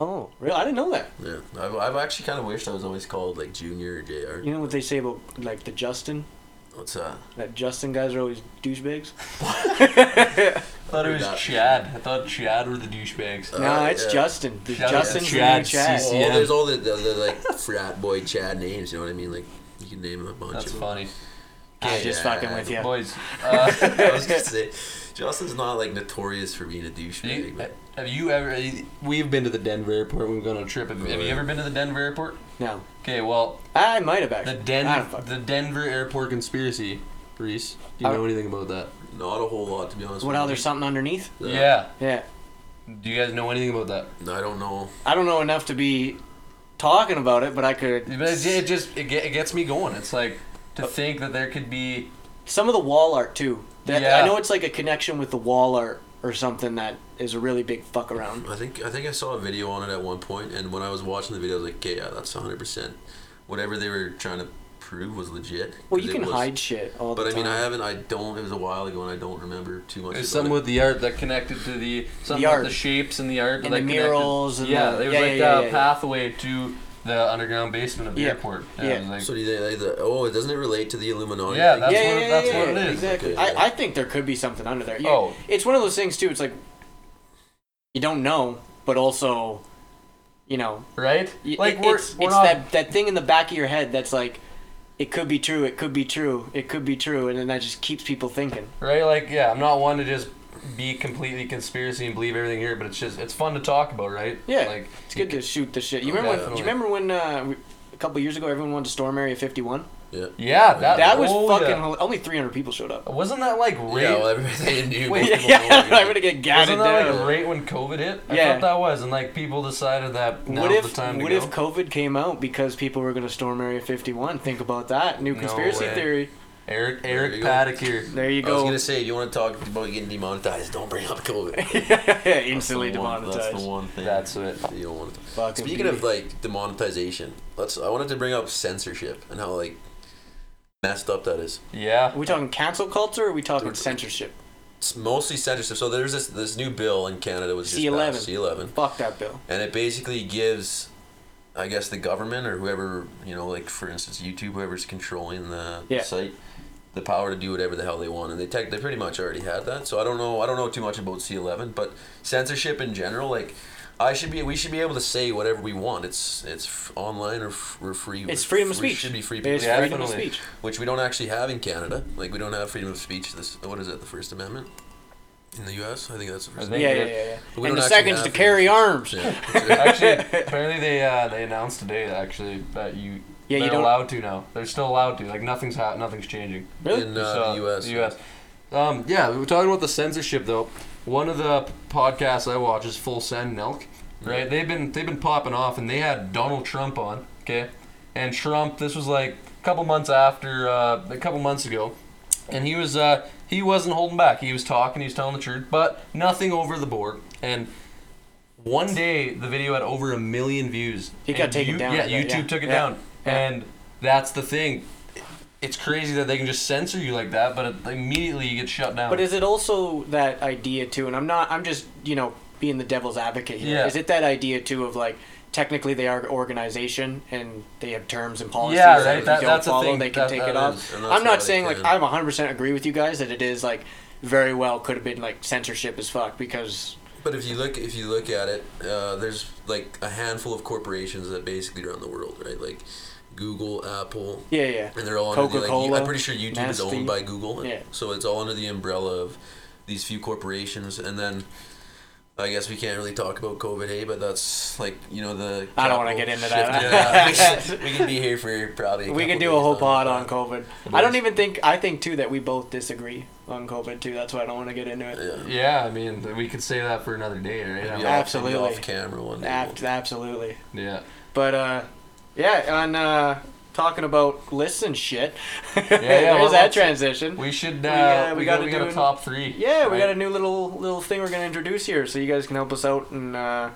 Speaker 3: Oh, really? I didn't know that.
Speaker 4: Yeah, I've, I've actually kind of wished I was always called like Junior or Jr.
Speaker 3: You know what they say about like the Justin?
Speaker 4: What's uh, that?
Speaker 3: That Justin guys are always douchebags.
Speaker 1: I thought it was Chad. I thought Chad were the douchebags.
Speaker 4: Uh,
Speaker 3: no, it's
Speaker 4: yeah.
Speaker 3: Justin. There's
Speaker 1: Shout out
Speaker 3: Justin,
Speaker 1: to
Speaker 3: Chad,
Speaker 1: Chad,
Speaker 3: Chad.
Speaker 1: CC.
Speaker 4: Well,
Speaker 1: Yeah.
Speaker 4: there's all the, the, the like frat boy Chad names. You know what I mean? Like you can name a bunch
Speaker 1: That's
Speaker 4: of
Speaker 1: funny.
Speaker 3: I'm just
Speaker 4: Yeah.
Speaker 3: fucking with you.
Speaker 1: Boys, uh,
Speaker 4: them. I was gonna say, Justin's not like notorious for being a
Speaker 1: do
Speaker 4: douchebag.
Speaker 1: you,
Speaker 4: but
Speaker 1: have you ever? We've been to the Denver airport. We've gone on a trip. Have, have you ever been to the Denver airport?
Speaker 3: No,
Speaker 1: Okay, well,
Speaker 3: I might have actually.
Speaker 1: the
Speaker 3: I don't
Speaker 1: Den
Speaker 3: fuck-
Speaker 1: the Denver airport conspiracy. Reese, do you
Speaker 3: I-
Speaker 1: know anything about that?
Speaker 4: Not a whole lot, to be honest.
Speaker 3: What?
Speaker 4: with
Speaker 3: How
Speaker 4: you.
Speaker 3: there's something underneath?
Speaker 4: Uh,
Speaker 1: Yeah.
Speaker 3: Yeah,
Speaker 1: Do you guys know anything about that?
Speaker 4: I don't know.
Speaker 3: I don't know enough to be talking about it, but I
Speaker 1: It,
Speaker 3: could.
Speaker 1: it just it, ge- it gets me going. It's like to
Speaker 3: Oh.
Speaker 1: think that there could be
Speaker 3: Some of the wall art too. That, I
Speaker 1: Yeah.
Speaker 3: know it's like a connection with the wall art or something that is a really big fuck around.
Speaker 4: I think I think I saw a video on it at one point, and when I was watching the video, I was like, "Okay, yeah, that's 100 percent. Whatever they were trying to prove was legit."
Speaker 3: Well,
Speaker 4: 'cause
Speaker 3: you
Speaker 4: it
Speaker 3: can
Speaker 4: was-
Speaker 3: hide shit all
Speaker 4: But
Speaker 3: the
Speaker 4: I
Speaker 3: time.
Speaker 4: mean, I haven't. I don't. It was a while ago, and I don't remember too much.
Speaker 1: There's
Speaker 4: about
Speaker 1: something
Speaker 4: it.
Speaker 1: with the art that connected to the something
Speaker 3: The
Speaker 1: with
Speaker 3: art.
Speaker 1: the shapes and the art
Speaker 3: And
Speaker 1: that
Speaker 3: the
Speaker 1: connected-
Speaker 3: murals and
Speaker 1: yeah,
Speaker 3: the-
Speaker 1: there was
Speaker 3: yeah,
Speaker 1: like a
Speaker 3: yeah, yeah, yeah.
Speaker 1: pathway to the underground basement of the
Speaker 3: Yeah.
Speaker 1: airport.
Speaker 3: Yeah.
Speaker 1: it was like-
Speaker 4: So do you think like, the, oh, doesn't it relate to the Illuminati?
Speaker 1: Yeah,
Speaker 4: thing?
Speaker 1: that's
Speaker 3: yeah,
Speaker 1: what-
Speaker 3: yeah,
Speaker 1: that's
Speaker 3: yeah,
Speaker 1: what it
Speaker 3: yeah,
Speaker 1: is.
Speaker 3: Exactly.
Speaker 4: Okay.
Speaker 3: I, I think there could be something under there. You-
Speaker 1: Oh.
Speaker 3: it's one of those things too. It's like you don't know, but also, you know,
Speaker 1: right?
Speaker 3: y-
Speaker 1: Like
Speaker 3: it-
Speaker 1: we're,
Speaker 3: it's,
Speaker 1: we're
Speaker 3: it's
Speaker 1: not.
Speaker 3: that that thing in the back of your head that's like, it could be true, it could be true, it could be true, and then that just keeps people thinking.
Speaker 1: right? Like, yeah, I'm not one to just be completely conspiracy and believe everything here, but it's just it's fun to talk about, right?
Speaker 3: Yeah,
Speaker 1: like
Speaker 3: It's good to shoot the shit. You remember? when, do
Speaker 1: Definitely.
Speaker 3: you remember when uh, we, a couple years ago everyone wanted to storm Area 51?
Speaker 1: yeah, that,
Speaker 3: That was
Speaker 1: oh,
Speaker 3: fucking
Speaker 1: yeah.
Speaker 3: hol- only 300 people showed up.
Speaker 1: Wasn't that like right?
Speaker 4: Yeah, well, everybody knew.
Speaker 1: Wait,
Speaker 4: most
Speaker 3: yeah,
Speaker 4: people
Speaker 3: yeah,
Speaker 4: know,
Speaker 3: I'm gonna get
Speaker 1: wasn't
Speaker 3: gathered
Speaker 1: that
Speaker 3: down.
Speaker 1: like right when COVID hit? I
Speaker 3: Yeah.
Speaker 1: thought that was, and like people decided that now
Speaker 3: what if
Speaker 1: the time to
Speaker 3: what
Speaker 1: go.
Speaker 3: if COVID came out because people were going to storm Area 51? Think about that. New
Speaker 1: No
Speaker 3: conspiracy
Speaker 1: way.
Speaker 3: theory.
Speaker 1: Eric
Speaker 4: There
Speaker 1: Eric
Speaker 4: you go.
Speaker 1: Paddock here?
Speaker 3: There you
Speaker 4: I was
Speaker 3: go.
Speaker 4: gonna say, do you want to talk about getting demonetized? Don't bring up COVID. That's the
Speaker 3: Instantly
Speaker 4: one-
Speaker 3: demonetized.
Speaker 4: That's the one thing.
Speaker 1: That's it.
Speaker 4: you don't want to. Talk.
Speaker 3: Fucking
Speaker 4: Speaking of like demonetization, let's. I wanted to bring up censorship and how like messed up that is.
Speaker 1: Yeah.
Speaker 3: are we talking cancel culture or are we talking censorship?
Speaker 4: It's mostly censorship. So there's this this new bill in Canada was just
Speaker 3: C11.
Speaker 4: passed, C11,
Speaker 3: Fuck that bill.
Speaker 4: and it basically gives, I guess, the government or whoever you know, like for instance, YouTube, whoever's controlling the
Speaker 3: Yeah.
Speaker 4: site, the power to do whatever the hell they want, and they tech they pretty much already had that. So I don't know. I don't know too much about C11, but censorship in general, like. I should be. We should be able to say whatever we want. It's it's f- online or f- we're free.
Speaker 3: It's freedom of
Speaker 4: We
Speaker 3: speech.
Speaker 4: Should be free.
Speaker 3: It's
Speaker 1: Yeah,
Speaker 3: freedom of
Speaker 1: definitely.
Speaker 3: speech.
Speaker 4: which we don't actually have in Canada. Like we don't have freedom of speech. This what is it? The First Amendment in the U.S. I think that's the
Speaker 1: I
Speaker 4: first.
Speaker 1: think
Speaker 3: Yeah, yeah,
Speaker 1: that-
Speaker 3: yeah,
Speaker 4: But
Speaker 3: yeah.
Speaker 4: we
Speaker 3: And
Speaker 4: don't
Speaker 3: the
Speaker 4: actually
Speaker 3: second's to
Speaker 4: have
Speaker 3: carry
Speaker 4: it.
Speaker 3: arms.
Speaker 4: Yeah.
Speaker 1: actually, apparently they uh, they announced today actually that you
Speaker 3: Yeah, you
Speaker 1: they're
Speaker 3: don't-
Speaker 1: allowed to now. They're still allowed to. Like nothing's ha- nothing's changing.
Speaker 3: Really?
Speaker 4: in uh, the U.S.
Speaker 1: U.S. Um, yeah, we were talking about the censorship though. One of the podcasts I watch is Full Send and Elk. Right? They've been they've been popping off, and they had Donald Trump on. Okay, and Trump. This was like a couple months after uh, a couple months ago, and he was uh, he wasn't holding back. He was talking. He was telling the truth, but nothing over the board. And one day, the video had over a million views.
Speaker 3: It got
Speaker 1: And
Speaker 3: taken
Speaker 1: you-
Speaker 3: down,
Speaker 1: Yeah,
Speaker 3: I bet,
Speaker 1: YouTube
Speaker 3: yeah.
Speaker 1: took it
Speaker 3: Yeah.
Speaker 1: down,
Speaker 3: Yeah.
Speaker 1: and that's the thing it's crazy that they can just censor you like that, but it, immediately you get shut down.
Speaker 3: But is it also that idea too? And I'm not. I'm just you know being the devil's advocate here.
Speaker 1: Yeah.
Speaker 3: Is it that idea too of like technically they are an organization and they have terms and policies
Speaker 1: Yeah,
Speaker 3: that
Speaker 1: right,
Speaker 3: if
Speaker 1: that-
Speaker 3: you don't
Speaker 1: that's the
Speaker 3: follow
Speaker 1: thing,
Speaker 3: they can
Speaker 1: that-
Speaker 3: take
Speaker 1: that
Speaker 3: it
Speaker 4: is,
Speaker 3: off.
Speaker 4: and that's
Speaker 3: I'm
Speaker 4: why
Speaker 3: not
Speaker 4: they
Speaker 3: saying like
Speaker 4: can.
Speaker 3: I'm 100 percent agree with you guys that it is like very well could have been like censorship as fuck because
Speaker 4: But if you look, if you look at it, uh, there's like a handful of corporations that basically run the world, right? Like Google, Apple,
Speaker 3: yeah yeah
Speaker 4: and they're all under the, like,
Speaker 3: Coca-Cola,
Speaker 4: I'm pretty sure YouTube is
Speaker 3: Nestle.
Speaker 4: owned by Google,
Speaker 3: Yeah.
Speaker 4: so it's all under the umbrella of these few corporations, and then. I guess we can't really talk about COVID, hey, but that's like you know the.
Speaker 3: I don't wanna
Speaker 4: capital
Speaker 3: get into
Speaker 4: shift-
Speaker 3: that.
Speaker 4: Yeah, we, could be here for probably. a
Speaker 3: we
Speaker 4: couple
Speaker 3: could do a whole
Speaker 4: days
Speaker 3: pod
Speaker 4: that.
Speaker 3: on COVID. I don't even think I think too that we both disagree on COVID too. That's why I don't want to get into it.
Speaker 4: Yeah.
Speaker 1: yeah, I mean, th- we could say that for another day, right? Yeah.
Speaker 4: Maybe off-
Speaker 3: Yeah.
Speaker 4: maybe
Speaker 3: Absolutely.
Speaker 4: Off camera one day.
Speaker 3: Ab- absolutely.
Speaker 1: Yeah.
Speaker 3: But uh, yeah, on uh, talking about lists and shit. Yeah,
Speaker 1: well,
Speaker 3: there's that
Speaker 1: let's-
Speaker 3: transition.
Speaker 1: We should, uh,
Speaker 3: We,
Speaker 1: we,
Speaker 3: uh, we
Speaker 1: got,
Speaker 3: gotta
Speaker 1: we got
Speaker 3: do
Speaker 1: a
Speaker 3: an-
Speaker 1: top three.
Speaker 3: yeah, we
Speaker 1: right?
Speaker 3: got a new little little thing we're gonna introduce here, so you guys can help us out and uh,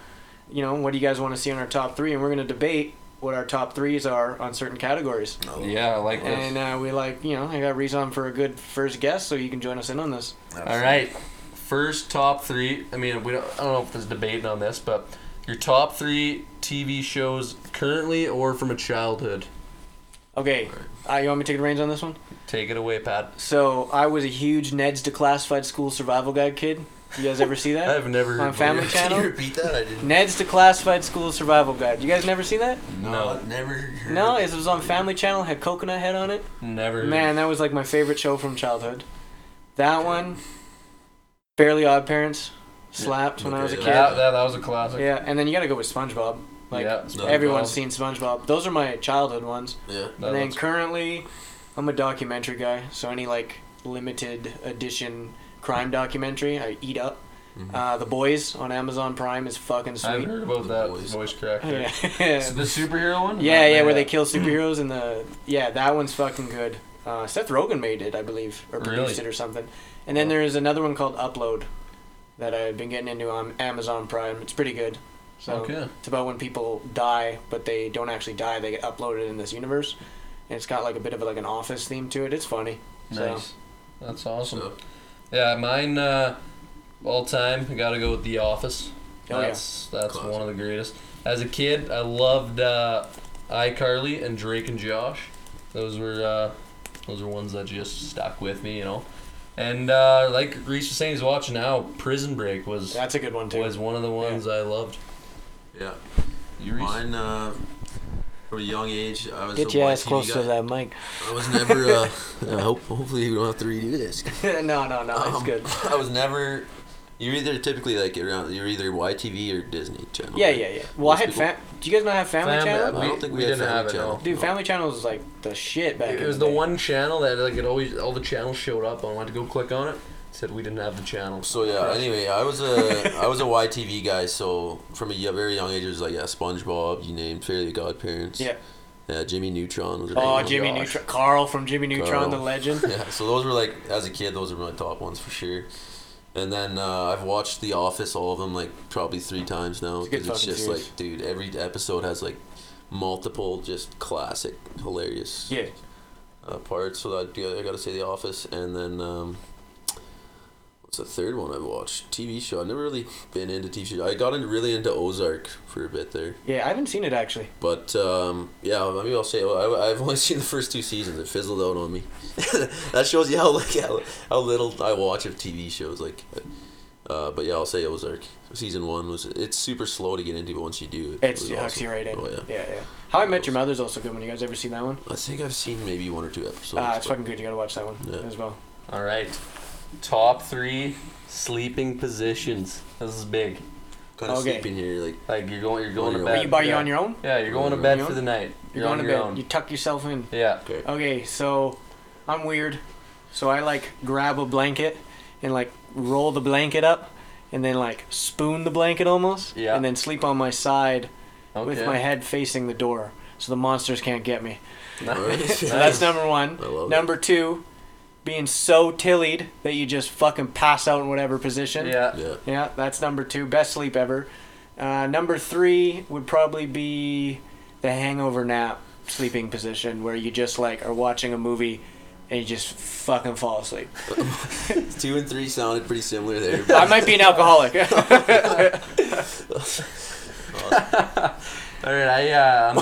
Speaker 3: you know what do you guys want to see on our top three, and we're gonna debate what our top threes are on certain categories.
Speaker 4: No.
Speaker 1: Yeah, I like this.
Speaker 3: And uh, we like you know I got Reese on for a good first guess, so you can join us in on this.
Speaker 1: All right. First top three. I mean, we don't, I don't know if there's debating on this, but Your top three TV shows currently or from a childhood?
Speaker 3: Okay, uh, you want me to take the reins on this one?
Speaker 1: Take it away, Pat.
Speaker 3: So I was a huge Ned's Declassified School Survival Guide kid. You guys ever see that?
Speaker 1: I've never
Speaker 3: on Family
Speaker 1: heard-
Speaker 4: Can you
Speaker 3: Channel.
Speaker 4: repeat that? I didn't.
Speaker 3: Ned's Declassified School Survival Guide. You guys never see that?
Speaker 1: No.
Speaker 4: No, never. Heard
Speaker 3: No, it was on Family Channel. Had Coconut Head on it.
Speaker 1: Never.
Speaker 3: Man, that was like my favorite show from childhood. That one, Fairly Odd Parents, slapped when I was a
Speaker 4: Okay,
Speaker 3: kid.
Speaker 1: That, that, that was a classic.
Speaker 3: Yeah, and then you gotta go with SpongeBob. Like
Speaker 1: Yeah, SpongeBob.
Speaker 3: everyone's seen SpongeBob. Those are my childhood ones.
Speaker 4: Yeah.
Speaker 1: That
Speaker 3: and then
Speaker 1: was-
Speaker 3: currently, I'm a documentary guy, so any like limited edition crime documentary, I eat up.
Speaker 4: Mm-hmm.
Speaker 1: Mm-hmm.
Speaker 3: Uh, the Boys on Amazon Prime is fucking
Speaker 1: I've
Speaker 3: sweet.
Speaker 1: heard about that
Speaker 4: Boys.
Speaker 1: voice crack. there.
Speaker 3: Yeah.
Speaker 1: So the superhero one?
Speaker 3: Yeah, yeah, where they
Speaker 1: Yeah.
Speaker 3: kill superheroes and the yeah, that one's fucking good. Uh, Seth Rogen made it, I believe, or produced
Speaker 1: Really?
Speaker 3: it or something. And then there's another one called Upload that I've been getting into on Amazon Prime. It's pretty good. So
Speaker 1: Okay.
Speaker 3: it's about when people die, but they don't actually die. They get uploaded in this universe, and it's got like a bit of like an office theme to it. It's funny. So,
Speaker 1: Nice. That's awesome.
Speaker 4: So-
Speaker 1: Yeah, mine uh, all time. I gotta go with The Office.
Speaker 3: Oh, yeah.
Speaker 1: that's that's
Speaker 4: Classic.
Speaker 1: one of the greatest. As a kid, I loved uh, iCarly and Drake and Josh. Those were uh, those were ones that just stuck with me, you know. And uh, like Reese was saying, he's watching now. Prison Break was
Speaker 3: that's a good one too.
Speaker 1: was one of the ones I loved.
Speaker 4: Yeah.
Speaker 1: You Reese?
Speaker 4: Mine, uh, from a young age, I was.
Speaker 3: Get
Speaker 4: a
Speaker 3: your
Speaker 4: white
Speaker 3: ass
Speaker 4: TV
Speaker 3: close
Speaker 4: guy.
Speaker 3: to that mic.
Speaker 4: I was never. Uh, I hope, hopefully, we don't have to redo this.
Speaker 3: no, no, no. It's
Speaker 4: Um,
Speaker 3: good.
Speaker 4: I was never. You're either typically like around. You're either YTV or Disney Channel.
Speaker 3: Yeah,
Speaker 4: right?
Speaker 3: yeah, yeah. Well, I
Speaker 4: Most
Speaker 3: had.
Speaker 4: people-
Speaker 3: Fam- Do you guys not have Family
Speaker 1: Fam-
Speaker 3: Channel?
Speaker 4: I don't
Speaker 1: We-
Speaker 4: think we,
Speaker 1: we
Speaker 4: had
Speaker 1: didn't
Speaker 4: Family
Speaker 1: have it,
Speaker 4: Channel.
Speaker 1: no.
Speaker 3: Dude,
Speaker 4: No.
Speaker 3: Family Channel was like the shit back.
Speaker 1: It
Speaker 3: in
Speaker 1: was the
Speaker 3: day.
Speaker 1: one channel that like it always all the channels showed up. and I went to go click on it. it said we didn't have the channel.
Speaker 4: So yeah. Anyway, I was a I was a YTV guy. So from a y- very young age, it was like yeah, SpongeBob. You named Fairly Godparents.
Speaker 3: Yeah.
Speaker 4: Yeah, Jimmy Neutron was. a big
Speaker 3: Oh,
Speaker 4: one.
Speaker 3: Jimmy
Speaker 1: gosh.
Speaker 3: Neutron, Carl from Jimmy Neutron,
Speaker 4: Carl.
Speaker 3: the legend.
Speaker 4: Yeah. So those were like as a kid, those were my top ones for sure. And then uh, I've watched The Office, all of them, like probably three times now.
Speaker 3: It's a good
Speaker 4: 'cause it's
Speaker 3: fucking
Speaker 4: just
Speaker 3: series.
Speaker 4: like, dude, every episode has like multiple just classic, hilarious
Speaker 3: Yeah,
Speaker 4: uh, parts. So that yeah, I gotta say The Office, and then um, what's the third one I've watched? TV show. I've never really been into TV show. I got in, really into Ozark for a bit there,
Speaker 3: yeah, I haven't seen it actually.
Speaker 4: but um, yeah, maybe I'll say well, I, I've only seen the first two seasons. It fizzled out on me. that shows you how like how, how little I watch of TV shows. Like, uh, but yeah, I'll say Ozark. Season one was it's super slow to get into, but once you do, it
Speaker 3: It's
Speaker 4: was
Speaker 3: it hooks
Speaker 4: awesome.
Speaker 3: you right in.
Speaker 4: Oh,
Speaker 3: yeah.
Speaker 4: yeah.
Speaker 3: yeah, How I Met Your Mother's also good. One you guys ever seen that one?
Speaker 4: I think I've seen maybe one or two episodes.
Speaker 3: Ah, it's
Speaker 4: but-
Speaker 3: fucking good. You gotta watch that one
Speaker 4: Yeah.
Speaker 3: as well.
Speaker 1: All right. Top three sleeping positions. This is big.
Speaker 4: kind of
Speaker 3: Okay.
Speaker 4: sleeping here, like
Speaker 1: Like you're going, you're going to
Speaker 4: Are
Speaker 1: bed.
Speaker 3: Are you, are you
Speaker 1: Uh, yeah.
Speaker 3: on your own?
Speaker 1: Yeah, you're going to
Speaker 4: You're
Speaker 1: bed
Speaker 3: on
Speaker 1: for
Speaker 3: your
Speaker 1: the night.
Speaker 3: You're,
Speaker 1: You're, on
Speaker 3: going to
Speaker 1: your
Speaker 3: bed.
Speaker 1: own.
Speaker 3: You tuck yourself in.
Speaker 1: Yeah.
Speaker 4: okay.
Speaker 3: Okay, so I'm weird. So I like grab a blanket and like roll the blanket up and then like spoon the blanket almost.
Speaker 1: Yeah.
Speaker 3: And then sleep on my side
Speaker 1: Okay.
Speaker 3: with my head facing the door so the monsters can't get me.
Speaker 4: Alright.
Speaker 3: So that's number one.
Speaker 4: I love it.
Speaker 3: Number two, being so tillied that you just fucking pass out in whatever position.
Speaker 1: Yeah.
Speaker 4: Yeah.
Speaker 3: Yeah, that's number two. Best sleep ever. Uh, number three would probably be the hangover nap sleeping position where you just like are watching a movie and you just fucking fall asleep.
Speaker 4: Two and three sounded pretty similar there.
Speaker 3: I might be an alcoholic.
Speaker 1: All right. I uh, I'm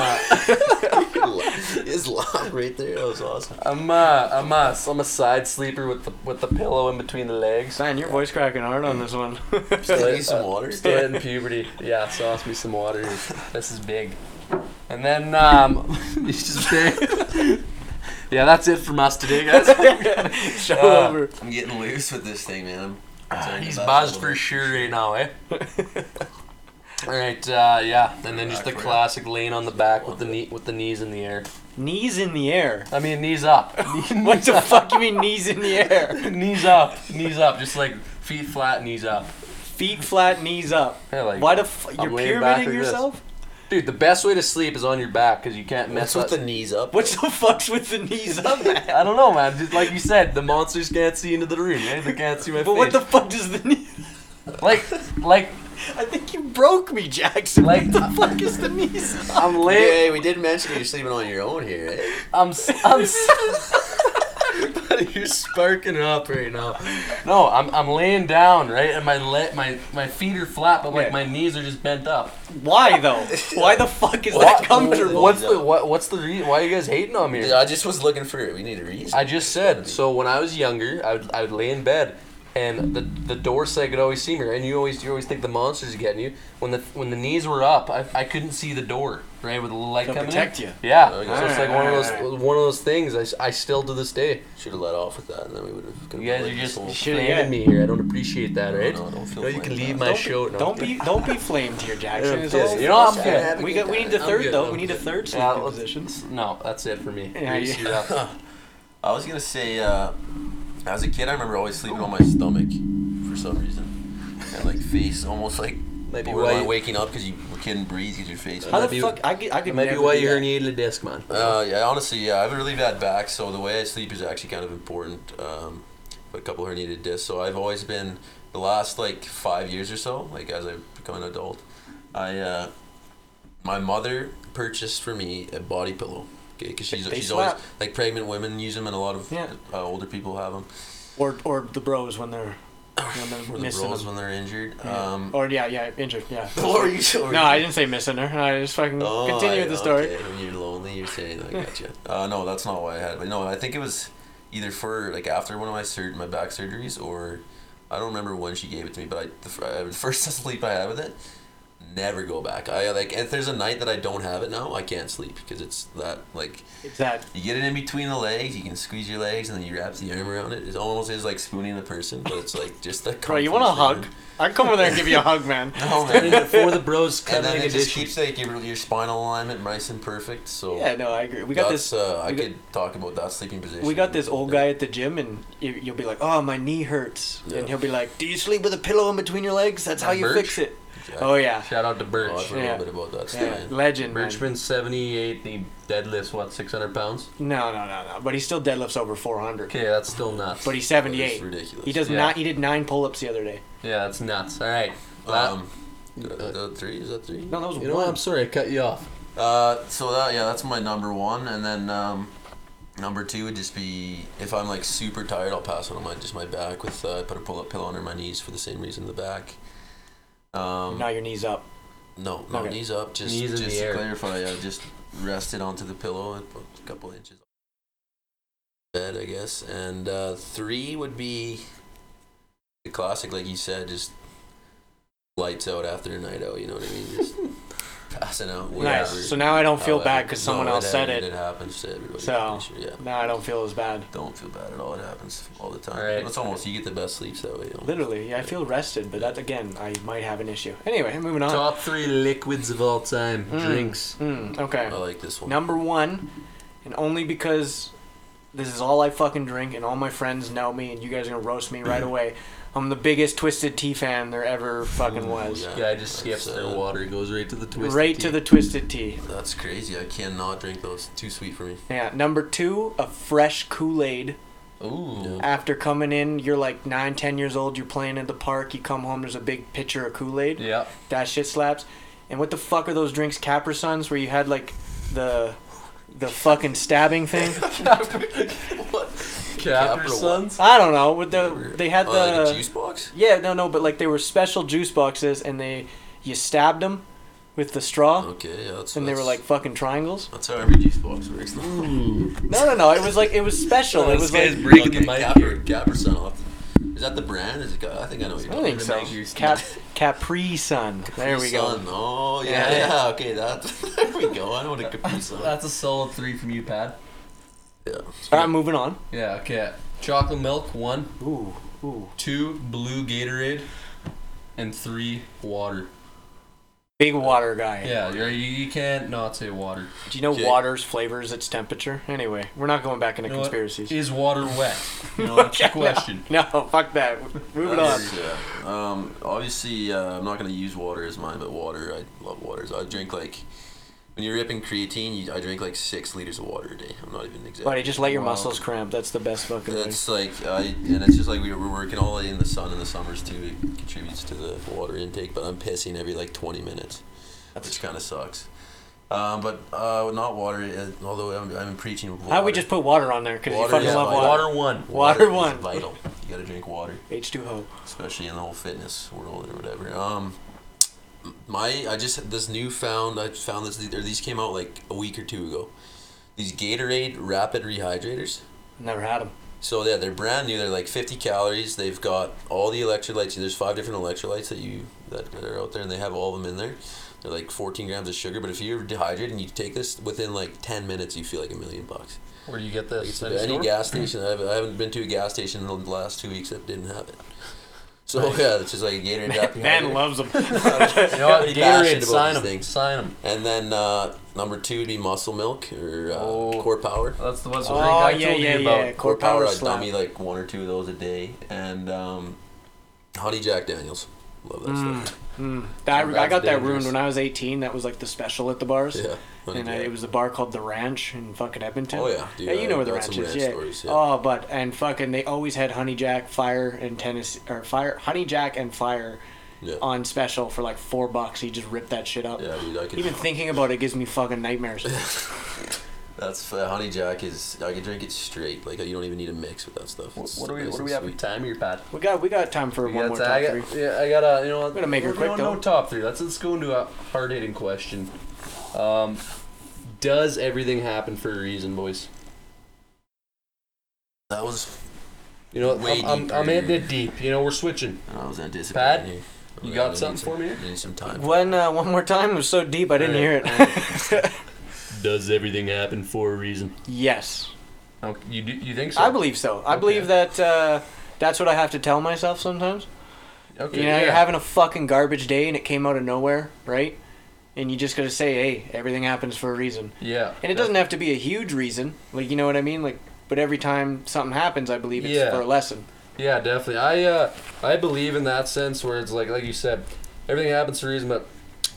Speaker 1: a,
Speaker 4: His laugh right there. That was awesome.
Speaker 1: I'm a, I'm a, I'm a side sleeper with the with the pillow in between the legs.
Speaker 3: Man, your voice cracking hard on this one.
Speaker 4: Can I get some water?
Speaker 1: Still in puberty. Yeah. Sauce me some water. This is big. And then um, it's just big. yeah, that's it from us today, guys.
Speaker 3: Show
Speaker 1: Uh,
Speaker 3: over.
Speaker 4: I'm getting loose with this thing, man.
Speaker 3: Ah,
Speaker 4: I'm
Speaker 1: He's buzzed for sure right now, eh? All right, uh, yeah, and then just the classic laying on the back with the knee with the knees in the air.
Speaker 3: Knees in the air.
Speaker 1: I mean, knees up,
Speaker 3: What the fuck you mean knees in the air?
Speaker 1: knees up, knees up, just like feet flat, knees up.
Speaker 3: Feet flat, knees up.
Speaker 1: Yeah, like,
Speaker 3: Why the f-
Speaker 1: I'm
Speaker 3: you're
Speaker 1: laying back
Speaker 3: pyramiding
Speaker 1: like this.
Speaker 3: yourself?
Speaker 1: dude, the best way to sleep is on your back because you can't mess
Speaker 4: Mess
Speaker 1: up.
Speaker 4: with the knees up.
Speaker 3: What the fuck's with the knees up, man?
Speaker 1: I don't know, man. Just like you said, the monsters can't see into the room. Eh? They can't see my
Speaker 3: But what
Speaker 1: face.
Speaker 3: the fuck does the knee?
Speaker 1: like, like,
Speaker 3: I think you broke me, Jackson.
Speaker 1: Like-
Speaker 3: what the fuck is the knees up?
Speaker 1: I'm
Speaker 4: Hey,
Speaker 1: laying.
Speaker 4: we did mention that you're sleeping on your own here. Eh?
Speaker 1: I'm. s- I'm. s-
Speaker 4: But
Speaker 1: You're sparking it up right now.
Speaker 4: No, I'm, I'm laying down, right? And my le- my my feet are flat, but like
Speaker 3: Yeah.
Speaker 4: my knees are just bent up.
Speaker 3: Why though? Why the fuck is
Speaker 4: What-
Speaker 3: that comfortable?
Speaker 1: What's the what, what's the reason? Why are you guys hating on me?
Speaker 2: Dude, I just was looking for We need a reason.
Speaker 1: I just said so. When I was younger, I would, I would lay in bed, and the the door side could always see me. And you always you always think the monster's getting you. When the when the knees were up, I, I couldn't see the door right with the little light
Speaker 3: To
Speaker 1: coming in.
Speaker 3: protect you.
Speaker 1: Yeah,
Speaker 4: Okay.
Speaker 1: so it's like one of those one of those things. I, s- I still to this day.
Speaker 2: Should have let off with that, and then we would have.
Speaker 1: You guys are just
Speaker 3: Shit,
Speaker 1: flaming
Speaker 3: yeah.
Speaker 1: me here. I don't appreciate that, right?
Speaker 2: No, don't feel
Speaker 1: No, you
Speaker 2: blamed
Speaker 1: can
Speaker 2: for
Speaker 1: leave
Speaker 2: that.
Speaker 1: my
Speaker 3: Don't be,
Speaker 1: show. No,
Speaker 3: don't be don't be flamed here, Jackson.
Speaker 1: Yeah,
Speaker 3: It's
Speaker 1: piss.
Speaker 3: all-
Speaker 1: You know, I'm good.
Speaker 3: we got we need the
Speaker 1: I'm
Speaker 3: third
Speaker 1: good,
Speaker 3: though.
Speaker 1: I'm
Speaker 3: We need a
Speaker 1: good.
Speaker 3: third
Speaker 1: Yeah,
Speaker 3: sleeping
Speaker 1: let's-
Speaker 3: position.
Speaker 1: No, that's it for me.
Speaker 3: Yeah,
Speaker 1: Reese,
Speaker 3: yeah.
Speaker 1: you're up.
Speaker 4: I was gonna say, uh, as a kid, I remember always sleeping on my stomach for some reason, and like face almost like
Speaker 1: Might be
Speaker 4: borderline
Speaker 1: why-
Speaker 4: waking up because you couldn't breathe because your face.
Speaker 3: How
Speaker 1: might
Speaker 3: the
Speaker 1: be-
Speaker 3: fuck? I could, I could
Speaker 1: Maybe
Speaker 3: never
Speaker 1: why
Speaker 3: do
Speaker 1: you
Speaker 3: that.
Speaker 1: herniated a disc, man.
Speaker 4: Uh, yeah, honestly, yeah, I have a really bad back, so the way I sleep is actually kind of important. Um, but a couple herniated discs, so I've always been the last like five years or so, like as I become an adult, I uh, my mother purchased for me a body pillow. Okay, because she's
Speaker 3: They
Speaker 4: she's always
Speaker 3: slap.
Speaker 4: like pregnant women use them, and a lot of
Speaker 3: Yeah.
Speaker 4: uh, older people have them.
Speaker 3: Or or the bros when they're when they're
Speaker 4: Or the
Speaker 3: missing
Speaker 4: bros
Speaker 3: them.
Speaker 4: when they're injured.
Speaker 3: Yeah.
Speaker 4: Um,
Speaker 3: or yeah, yeah, injured. Yeah.
Speaker 4: or you sure?
Speaker 3: No, I didn't say missing her. I just fucking
Speaker 4: Oh,
Speaker 3: continue
Speaker 4: I-
Speaker 3: the story.
Speaker 4: Okay. When you're lonely, you're saying, I gotcha. uh, no, that's not why I had it. But no, I think it was either for, like, after one of my sur- my back surgeries, or I don't remember when she gave it to me, but I, the, fir- I, the first sleep I had with it, never go back. I, like, if there's a night that I don't have it now, I can't sleep because it's that, like,
Speaker 3: It's that.
Speaker 4: you get it in between the legs, you can squeeze your legs, and then you wrap the arm around it. It almost is like spooning the person, but it's like just the
Speaker 3: Bro, you
Speaker 4: comfort
Speaker 3: want a
Speaker 4: of
Speaker 3: hug?
Speaker 4: sleeping.
Speaker 3: I'd come over there and give you a hug, man.
Speaker 4: No, man.
Speaker 1: For the bros, cutting
Speaker 4: And then it just
Speaker 1: edition.
Speaker 4: keeps like your, your spinal alignment nice and perfect. So
Speaker 3: Yeah, no, I agree. We got
Speaker 4: that's,
Speaker 3: this.
Speaker 4: Uh, I
Speaker 3: we got-
Speaker 4: could talk about that sleeping position.
Speaker 3: We got this old guy at the gym, and you- you'll be like, "Oh, my knee hurts,"
Speaker 4: Yeah.
Speaker 3: and he'll be like, "Do you sleep with a pillow in between your legs? That's how
Speaker 1: That
Speaker 3: you
Speaker 1: birch?
Speaker 3: fix it."
Speaker 4: Yeah.
Speaker 3: Oh yeah,
Speaker 1: Shout out to
Speaker 4: Oh, I've
Speaker 1: Birch.
Speaker 4: heard
Speaker 3: Yeah.
Speaker 4: a little bit about that.
Speaker 3: yeah.
Speaker 4: sleeping.
Speaker 3: legend. man.
Speaker 1: Birchman seventy eight. He deadlifts what six hundred pounds.
Speaker 3: No, no, no, no. But he still deadlifts over 400.
Speaker 1: Okay, that's still nuts.
Speaker 3: But he's
Speaker 4: That
Speaker 3: 78.
Speaker 4: is ridiculous.
Speaker 3: He does
Speaker 1: Yeah.
Speaker 3: not. He did nine pull-ups the other day.
Speaker 1: Yeah, that's nuts. All right. La-
Speaker 4: Um, uh, uh, three is that three?
Speaker 3: No, that was
Speaker 1: you know
Speaker 3: one.
Speaker 1: what? I'm sorry, I cut you off.
Speaker 4: Uh, so that yeah, that's my number one, and then um, number two would just be if I'm like super tired, I'll pass one on my just my back with uh, I put a pull up pillow under my knees for the same reason the back. Um,
Speaker 3: now your knees up.
Speaker 4: No, no,
Speaker 3: Okay.
Speaker 4: knees up. Just,
Speaker 1: Knees in
Speaker 4: just
Speaker 1: the
Speaker 4: to
Speaker 1: air.
Speaker 4: clarify, I just rested onto the pillow and put a couple inches bed, I guess. And uh, three would be the classic, like you said, just lights out after a night out. You know what I mean? Just passing out. wherever,
Speaker 3: Nice. So now I don't feel
Speaker 4: however.
Speaker 3: bad because someone
Speaker 4: No,
Speaker 3: else said
Speaker 4: happened,
Speaker 3: it.
Speaker 4: Oh, It happens to everybody.
Speaker 3: So-
Speaker 4: I'm pretty sure, yeah.
Speaker 3: Now I don't feel as bad.
Speaker 4: Don't feel bad at all. It happens all the time.
Speaker 1: All right.
Speaker 4: It's almost you get the best sleeps that way. you know.
Speaker 3: Literally, yeah, I feel rested, but that again, I might have an issue. Anyway, moving
Speaker 4: Uh,
Speaker 3: on.
Speaker 1: Top three liquids of all time.
Speaker 3: Mm,
Speaker 1: Drinks.
Speaker 3: mm, okay.
Speaker 4: I like this one.
Speaker 3: Number one, and only because this is all I fucking drink, and all my friends know me, and you guys are gonna roast me right away. I'm the biggest Twisted Tea fan there ever fucking
Speaker 4: Ooh,
Speaker 3: was.
Speaker 4: yeah.
Speaker 1: Guy just skips
Speaker 4: That's,
Speaker 1: their
Speaker 4: uh,
Speaker 1: water, goes right to the twist.
Speaker 3: right to the Twisted Tea.
Speaker 4: That's crazy. I cannot drink those. Too sweet for me.
Speaker 3: Yeah. Number two, a fresh Kool Aid.
Speaker 1: Ooh.
Speaker 3: After coming in, you're like nine, ten years old. You're playing in the park. You come home. There's a big pitcher of Kool Aid.
Speaker 1: Yeah.
Speaker 3: That shit slaps. And what the fuck are those drinks, Capri Suns, where you had like the the fucking stabbing thing?
Speaker 1: Capra
Speaker 4: Capra
Speaker 1: Suns.
Speaker 3: I don't know. With the they had the
Speaker 4: Oh, like a juice box.
Speaker 3: yeah no no, but like they were special juice boxes, and they you stabbed them with the straw,
Speaker 4: Okay, yeah, that's.
Speaker 3: and they were
Speaker 4: Oh, that's-
Speaker 3: like fucking triangles.
Speaker 4: That's how every juice box works.
Speaker 3: No no no, it was like it was special. it was like
Speaker 1: breaking the mic
Speaker 4: Capper,
Speaker 1: here.
Speaker 4: Capper Sun off. Is that the brand? Is it? I think I know. What you're
Speaker 3: I think so.
Speaker 1: Make your-
Speaker 3: Cap, Capri Sun. there we go.
Speaker 4: Sun. Oh yeah,
Speaker 3: Yeah.
Speaker 4: yeah. okay, that. there we go. I know what a Capri Sun.
Speaker 1: That's a solid three from you, Pat.
Speaker 4: yeah.
Speaker 3: All right, moving on.
Speaker 1: Yeah. Okay. Chocolate milk one,
Speaker 3: Ooh ooh.
Speaker 1: two blue Gatorade, and three water.
Speaker 3: Big water guy.
Speaker 1: Yeah. You're, you you can't not say water.
Speaker 3: Do you know
Speaker 4: Okay.
Speaker 3: water's flavors, its temperature? Anyway, we're not going back into
Speaker 1: You know what?
Speaker 3: conspiracies.
Speaker 1: Is water wet? You know, that's the question.
Speaker 3: No, fuck that. Move it on.
Speaker 4: That's, yeah. Um, obviously, uh, I'm not gonna use water as mine, but water. I love water. So I drink like. When you're ripping creatine, you, I drink like six liters of water a day. I'm not even exactly.
Speaker 3: Buddy, just let your
Speaker 1: Wow.
Speaker 3: muscles cramp. That's the best fucking way.
Speaker 4: That's like, I, and it's just like we, we're working all day in the sun in the summers too. It contributes to the water intake, but I'm pissing every like 20 minutes, which kind of sucks. Um, but uh, not water. uh, Although I'm, I'm preaching. Water.
Speaker 3: How about we just put water on there? Because you
Speaker 4: Water
Speaker 3: fucking
Speaker 4: is
Speaker 3: love
Speaker 4: vital.
Speaker 3: water.
Speaker 1: Water one.
Speaker 3: Water
Speaker 4: is
Speaker 3: one.
Speaker 4: vital. You gotta drink water,
Speaker 3: H2O.
Speaker 4: especially in the whole fitness world or whatever. Um, my I just had this newfound. I found this. Or these came out like a week or two ago. These Gatorade Rapid Rehydrators.
Speaker 3: Never had them.
Speaker 4: So yeah, they're brand new. They're like 50 calories. They've got all the electrolytes. There's five different electrolytes that you that are out there, and they have all of them in there. They're like 14 grams of sugar. But if you're dehydrated and you take this within like 10 minutes, you feel like a million bucks.
Speaker 1: Where do you get
Speaker 4: Like,
Speaker 1: this?
Speaker 4: it's any gas station. I haven't, I haven't been to a gas station in the last two weeks that didn't have it. So yeah, it's just like a Gatorade. Rapid
Speaker 3: Man
Speaker 4: Hydrator.
Speaker 3: loves them.
Speaker 1: You know what?
Speaker 4: Gatorade,
Speaker 1: Gatorade,
Speaker 4: sign
Speaker 1: sign
Speaker 4: 'em.
Speaker 1: him. Sign him.
Speaker 4: And then uh, number two would be Muscle Milk or uh,
Speaker 1: Oh.
Speaker 4: Core Power.
Speaker 1: That's the ones
Speaker 3: Oh,
Speaker 1: I think I
Speaker 3: yeah,
Speaker 1: told
Speaker 3: yeah,
Speaker 1: you about.
Speaker 3: yeah.
Speaker 4: Core Power, I
Speaker 3: slap.
Speaker 4: dummy like one or two of those a day, and um, Honey Jack Daniels. Love that stuff.
Speaker 3: Mm. I, I
Speaker 4: That's
Speaker 3: got that
Speaker 4: dangerous.
Speaker 3: ruined when I was 18. That was like the special at the bars.
Speaker 4: Yeah. Honey
Speaker 3: And uh,
Speaker 4: Jack.
Speaker 3: it was the bar called The Ranch in fucking Edmonton.
Speaker 4: Oh, yeah, dude,
Speaker 3: yeah, you
Speaker 4: I-
Speaker 3: know where The
Speaker 4: got some
Speaker 3: Ranch is.
Speaker 4: ranch
Speaker 3: Yeah.
Speaker 4: stories, yeah.
Speaker 3: Oh, but and fucking they always had Honey Jack, Fire, and Tennessee or Fire Honey Jack and Fire
Speaker 4: yeah.
Speaker 3: on special for like four bucks. You just rip that shit up.
Speaker 4: yeah, dude, I could.
Speaker 3: Even thinking about it gives me fucking nightmares.
Speaker 4: that's uh, Honey Jack is. I can drink it straight. Like you don't even need a mix with that stuff.
Speaker 1: What,
Speaker 4: It's
Speaker 1: what do we What
Speaker 4: nice
Speaker 1: do
Speaker 4: and
Speaker 1: we have for
Speaker 4: sweet.
Speaker 1: time here, Pat?
Speaker 3: we got we got time for
Speaker 1: We got
Speaker 3: one more
Speaker 1: ti-
Speaker 3: top
Speaker 1: I
Speaker 3: three.
Speaker 1: got, yeah, I gotta. You know, I'm
Speaker 3: gonna make her quick,
Speaker 1: No
Speaker 3: though.
Speaker 1: top three. Let's let's go into a hard hitting question. Um, does everything happen for a reason, boys?
Speaker 4: That was.
Speaker 1: You know,
Speaker 4: Way
Speaker 1: I'm, I'm,
Speaker 4: deeper.
Speaker 1: I'm hitting it deep. You know, we're switching.
Speaker 4: I was anticipating.
Speaker 1: Pat,
Speaker 4: here.
Speaker 1: you
Speaker 4: I'm
Speaker 1: got
Speaker 4: gonna
Speaker 1: something for
Speaker 4: need
Speaker 1: me here?
Speaker 4: some- Need some time.
Speaker 3: When uh, one more time it was so deep I didn't
Speaker 1: All right.
Speaker 3: hear it.
Speaker 1: Does everything happen for a reason?
Speaker 3: yes,
Speaker 1: Okay, you do, you think so?
Speaker 3: I believe so. I
Speaker 1: Okay.
Speaker 3: believe that uh, that's what I have to tell myself sometimes.
Speaker 1: Okay,
Speaker 3: You know, you're
Speaker 1: yeah.
Speaker 3: having a fucking garbage day and it came out of nowhere, right? And you just gotta say, hey, everything happens for a reason.
Speaker 1: Yeah.
Speaker 3: And it doesn't have to be a huge reason, like you know what I mean, like. But every time something happens, I believe it's
Speaker 1: Yeah.
Speaker 3: for a lesson.
Speaker 1: Yeah, definitely. I uh, I believe in that sense where it's like like you said, everything happens for a reason, but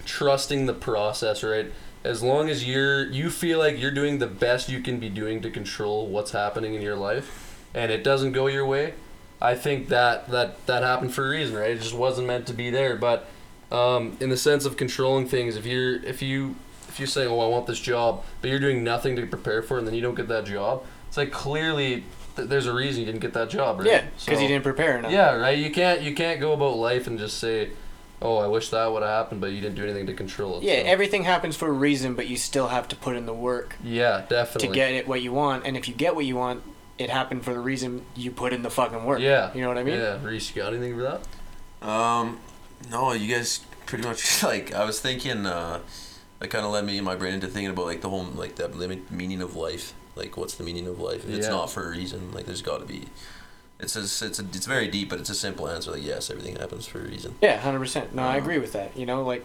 Speaker 1: trusting the process, right? As long as you're you feel like you're doing the best you can be doing to control what's happening in your life, and it doesn't go your way, I think that that that happened for a reason, right? It just wasn't meant to be there. But um, in the sense of controlling things, if you're if you if you're saying, "Oh, I want this job," but you're doing nothing to prepare for it, and then you don't get that job, it's like clearly th- there's a reason you didn't get that job, right?
Speaker 3: Yeah, because
Speaker 1: So-
Speaker 3: you didn't prepare enough.
Speaker 1: yeah, right. You can't you can't go about life and just say, "Oh, I wish that would have happened," but you didn't do anything to control it.
Speaker 3: Yeah,
Speaker 1: so-
Speaker 3: everything happens for a reason, but you still have to put in the work
Speaker 1: yeah,
Speaker 3: to
Speaker 1: definitely.
Speaker 3: get it what you want. And if you get what you want, it happened for the reason you put in the fucking work.
Speaker 1: yeah,
Speaker 3: You know what I mean?
Speaker 1: Yeah, Reese, you got anything for that?
Speaker 4: Um, no, you guys pretty much like I was thinking. Uh, that kind of led me my brain into thinking about like the whole like that limit meaning of life. Like, what's the meaning of life? If It's
Speaker 1: Yeah.
Speaker 4: not for a reason. Like, there's got to be. It's just, it's a, it's very deep, but it's a simple answer. Like, yes, everything happens for a reason.
Speaker 3: Yeah, hundred percent. No, I
Speaker 4: Uh-huh.
Speaker 3: agree with that. You know, like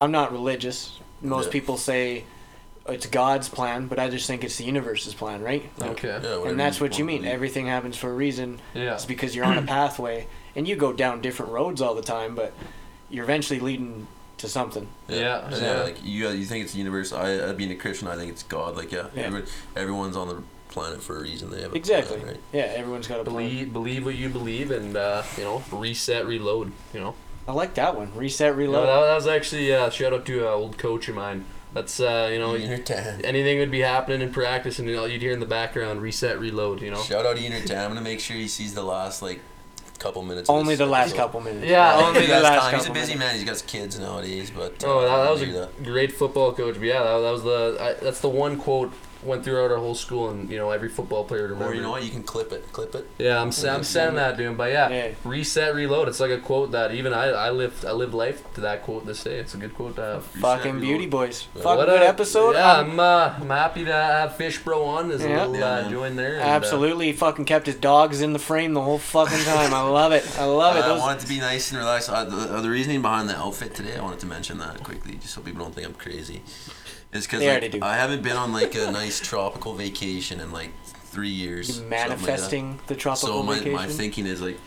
Speaker 3: I'm not religious. Most
Speaker 4: Yeah.
Speaker 3: people say it's God's plan, but I just think it's the universe's plan, right? Like,
Speaker 1: Okay.
Speaker 4: Yeah, whatever
Speaker 3: And that's what you
Speaker 4: wanna
Speaker 3: mean.
Speaker 4: believe.
Speaker 3: Everything happens for a reason.
Speaker 1: Yeah.
Speaker 3: It's because you're on a pathway, and you go down different roads all the time, but you're eventually leading to something.
Speaker 1: Yeah,
Speaker 4: So,
Speaker 1: yeah.
Speaker 4: Like you, you think it's the universe. I, uh, being a Christian, I think it's God. Like, yeah,
Speaker 3: Yeah.
Speaker 4: every- everyone's on the planet for a reason. They have a
Speaker 3: Exactly.
Speaker 4: plan, right?
Speaker 3: Yeah, everyone's got a plan.
Speaker 1: Believe believe what you believe, and uh, you know, reset, reload. You know,
Speaker 3: I like that one. Reset,
Speaker 1: You
Speaker 3: reload.
Speaker 1: know, that, that was actually uh, shout out to an old coach of mine. That's uh, you know,
Speaker 3: Mm-hmm.
Speaker 4: Unit Tam.
Speaker 1: anything would be happening in practice, and you know, you'd hear in the background, reset, reload. You know.
Speaker 4: Shout out to Unit Tam. I'm gonna make sure he sees the last like couple minutes. of
Speaker 3: Only
Speaker 4: this
Speaker 3: the last
Speaker 4: episode.
Speaker 3: couple minutes.
Speaker 1: Yeah,
Speaker 4: Uh,
Speaker 1: only
Speaker 4: he
Speaker 1: the
Speaker 4: has
Speaker 3: last
Speaker 4: time. He's a
Speaker 3: couple
Speaker 4: busy
Speaker 3: minutes.
Speaker 4: man. He's got kids nowadays, but
Speaker 1: Oh, that, that was
Speaker 4: maybe
Speaker 1: a great football coach. But yeah, that, that was the I, that's the one quote went throughout our whole school, and you know every football player remembered.
Speaker 4: Or you know what? You can clip it. Clip it.
Speaker 1: Yeah, I'm sa- I'm sending that to him. But yeah,
Speaker 3: Yeah.
Speaker 1: reset, reload. It's like a quote that even I I live I live life to that quote this day. It's a good quote to have.
Speaker 3: Fucking beauty boys.
Speaker 4: Yeah.
Speaker 3: Fucking
Speaker 1: What
Speaker 3: good
Speaker 1: a-
Speaker 3: episode.
Speaker 1: Yeah,
Speaker 3: Um,
Speaker 1: I'm uh, I'm happy to have Fish Bro on. There's
Speaker 3: Yeah.
Speaker 1: a little
Speaker 4: Yeah,
Speaker 1: uh,
Speaker 4: man.
Speaker 1: join there. and, uh,
Speaker 3: Absolutely, he fucking kept his dogs in the frame the whole fucking time. I love it. I love it.
Speaker 4: I
Speaker 3: Those,
Speaker 4: want it to be nice and relaxed. Uh, the, uh, the reasoning behind the outfit today, I wanted to mention that quickly, just so people don't think I'm crazy. Is because
Speaker 3: They already do.
Speaker 4: I haven't been on like a nice tropical vacation in like three years. something like that.
Speaker 3: manifesting the tropical
Speaker 4: so my,
Speaker 3: vacation.
Speaker 4: my thinking is like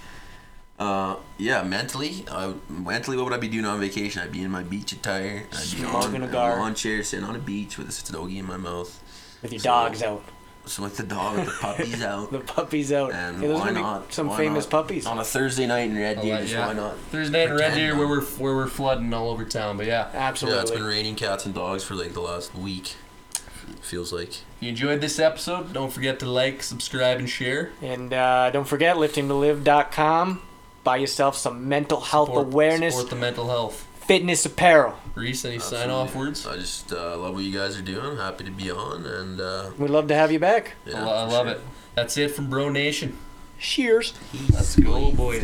Speaker 4: uh, yeah mentally I, mentally what would i be doing on vacation i'd be in my beach attire i'd be
Speaker 3: Smoking
Speaker 4: on
Speaker 3: a
Speaker 4: a
Speaker 3: gar.
Speaker 4: lawn chair sitting on a beach with a stogie in my mouth
Speaker 3: with your
Speaker 4: so-
Speaker 3: dogs out.
Speaker 4: So with the dog, with the puppies out.
Speaker 3: The puppies out.
Speaker 4: And
Speaker 3: Yeah, those
Speaker 4: why
Speaker 3: are gonna be
Speaker 4: not?
Speaker 3: Some
Speaker 4: Why
Speaker 3: famous
Speaker 4: not? Oh,
Speaker 3: puppies.
Speaker 4: on a Thursday night in
Speaker 1: Oh,
Speaker 4: Red Deer, just why not?
Speaker 1: There's night in Red
Speaker 4: Pretend
Speaker 1: Deer
Speaker 4: not.
Speaker 1: where we're where we're flooding all over town, but yeah.
Speaker 3: Absolutely.
Speaker 4: Yeah, it's been raining cats and dogs for like the last week. Feels like.
Speaker 1: If you enjoyed this episode, don't forget to like, subscribe, and share.
Speaker 3: And uh, don't forget liftingtolive.com. Buy yourself some mental health
Speaker 1: Support-
Speaker 3: awareness,
Speaker 1: Support the mental health.
Speaker 3: fitness apparel.
Speaker 1: Reese, any sign off words?
Speaker 4: I just uh, love what you guys are doing. Happy to be on, and uh,
Speaker 3: We'd love to have you back.
Speaker 4: yeah,
Speaker 1: I lo- I
Speaker 4: for
Speaker 1: love
Speaker 4: sure.
Speaker 1: it. That's it from Bro Nation.
Speaker 3: Cheers.
Speaker 4: Oh,
Speaker 1: Let's go, boys.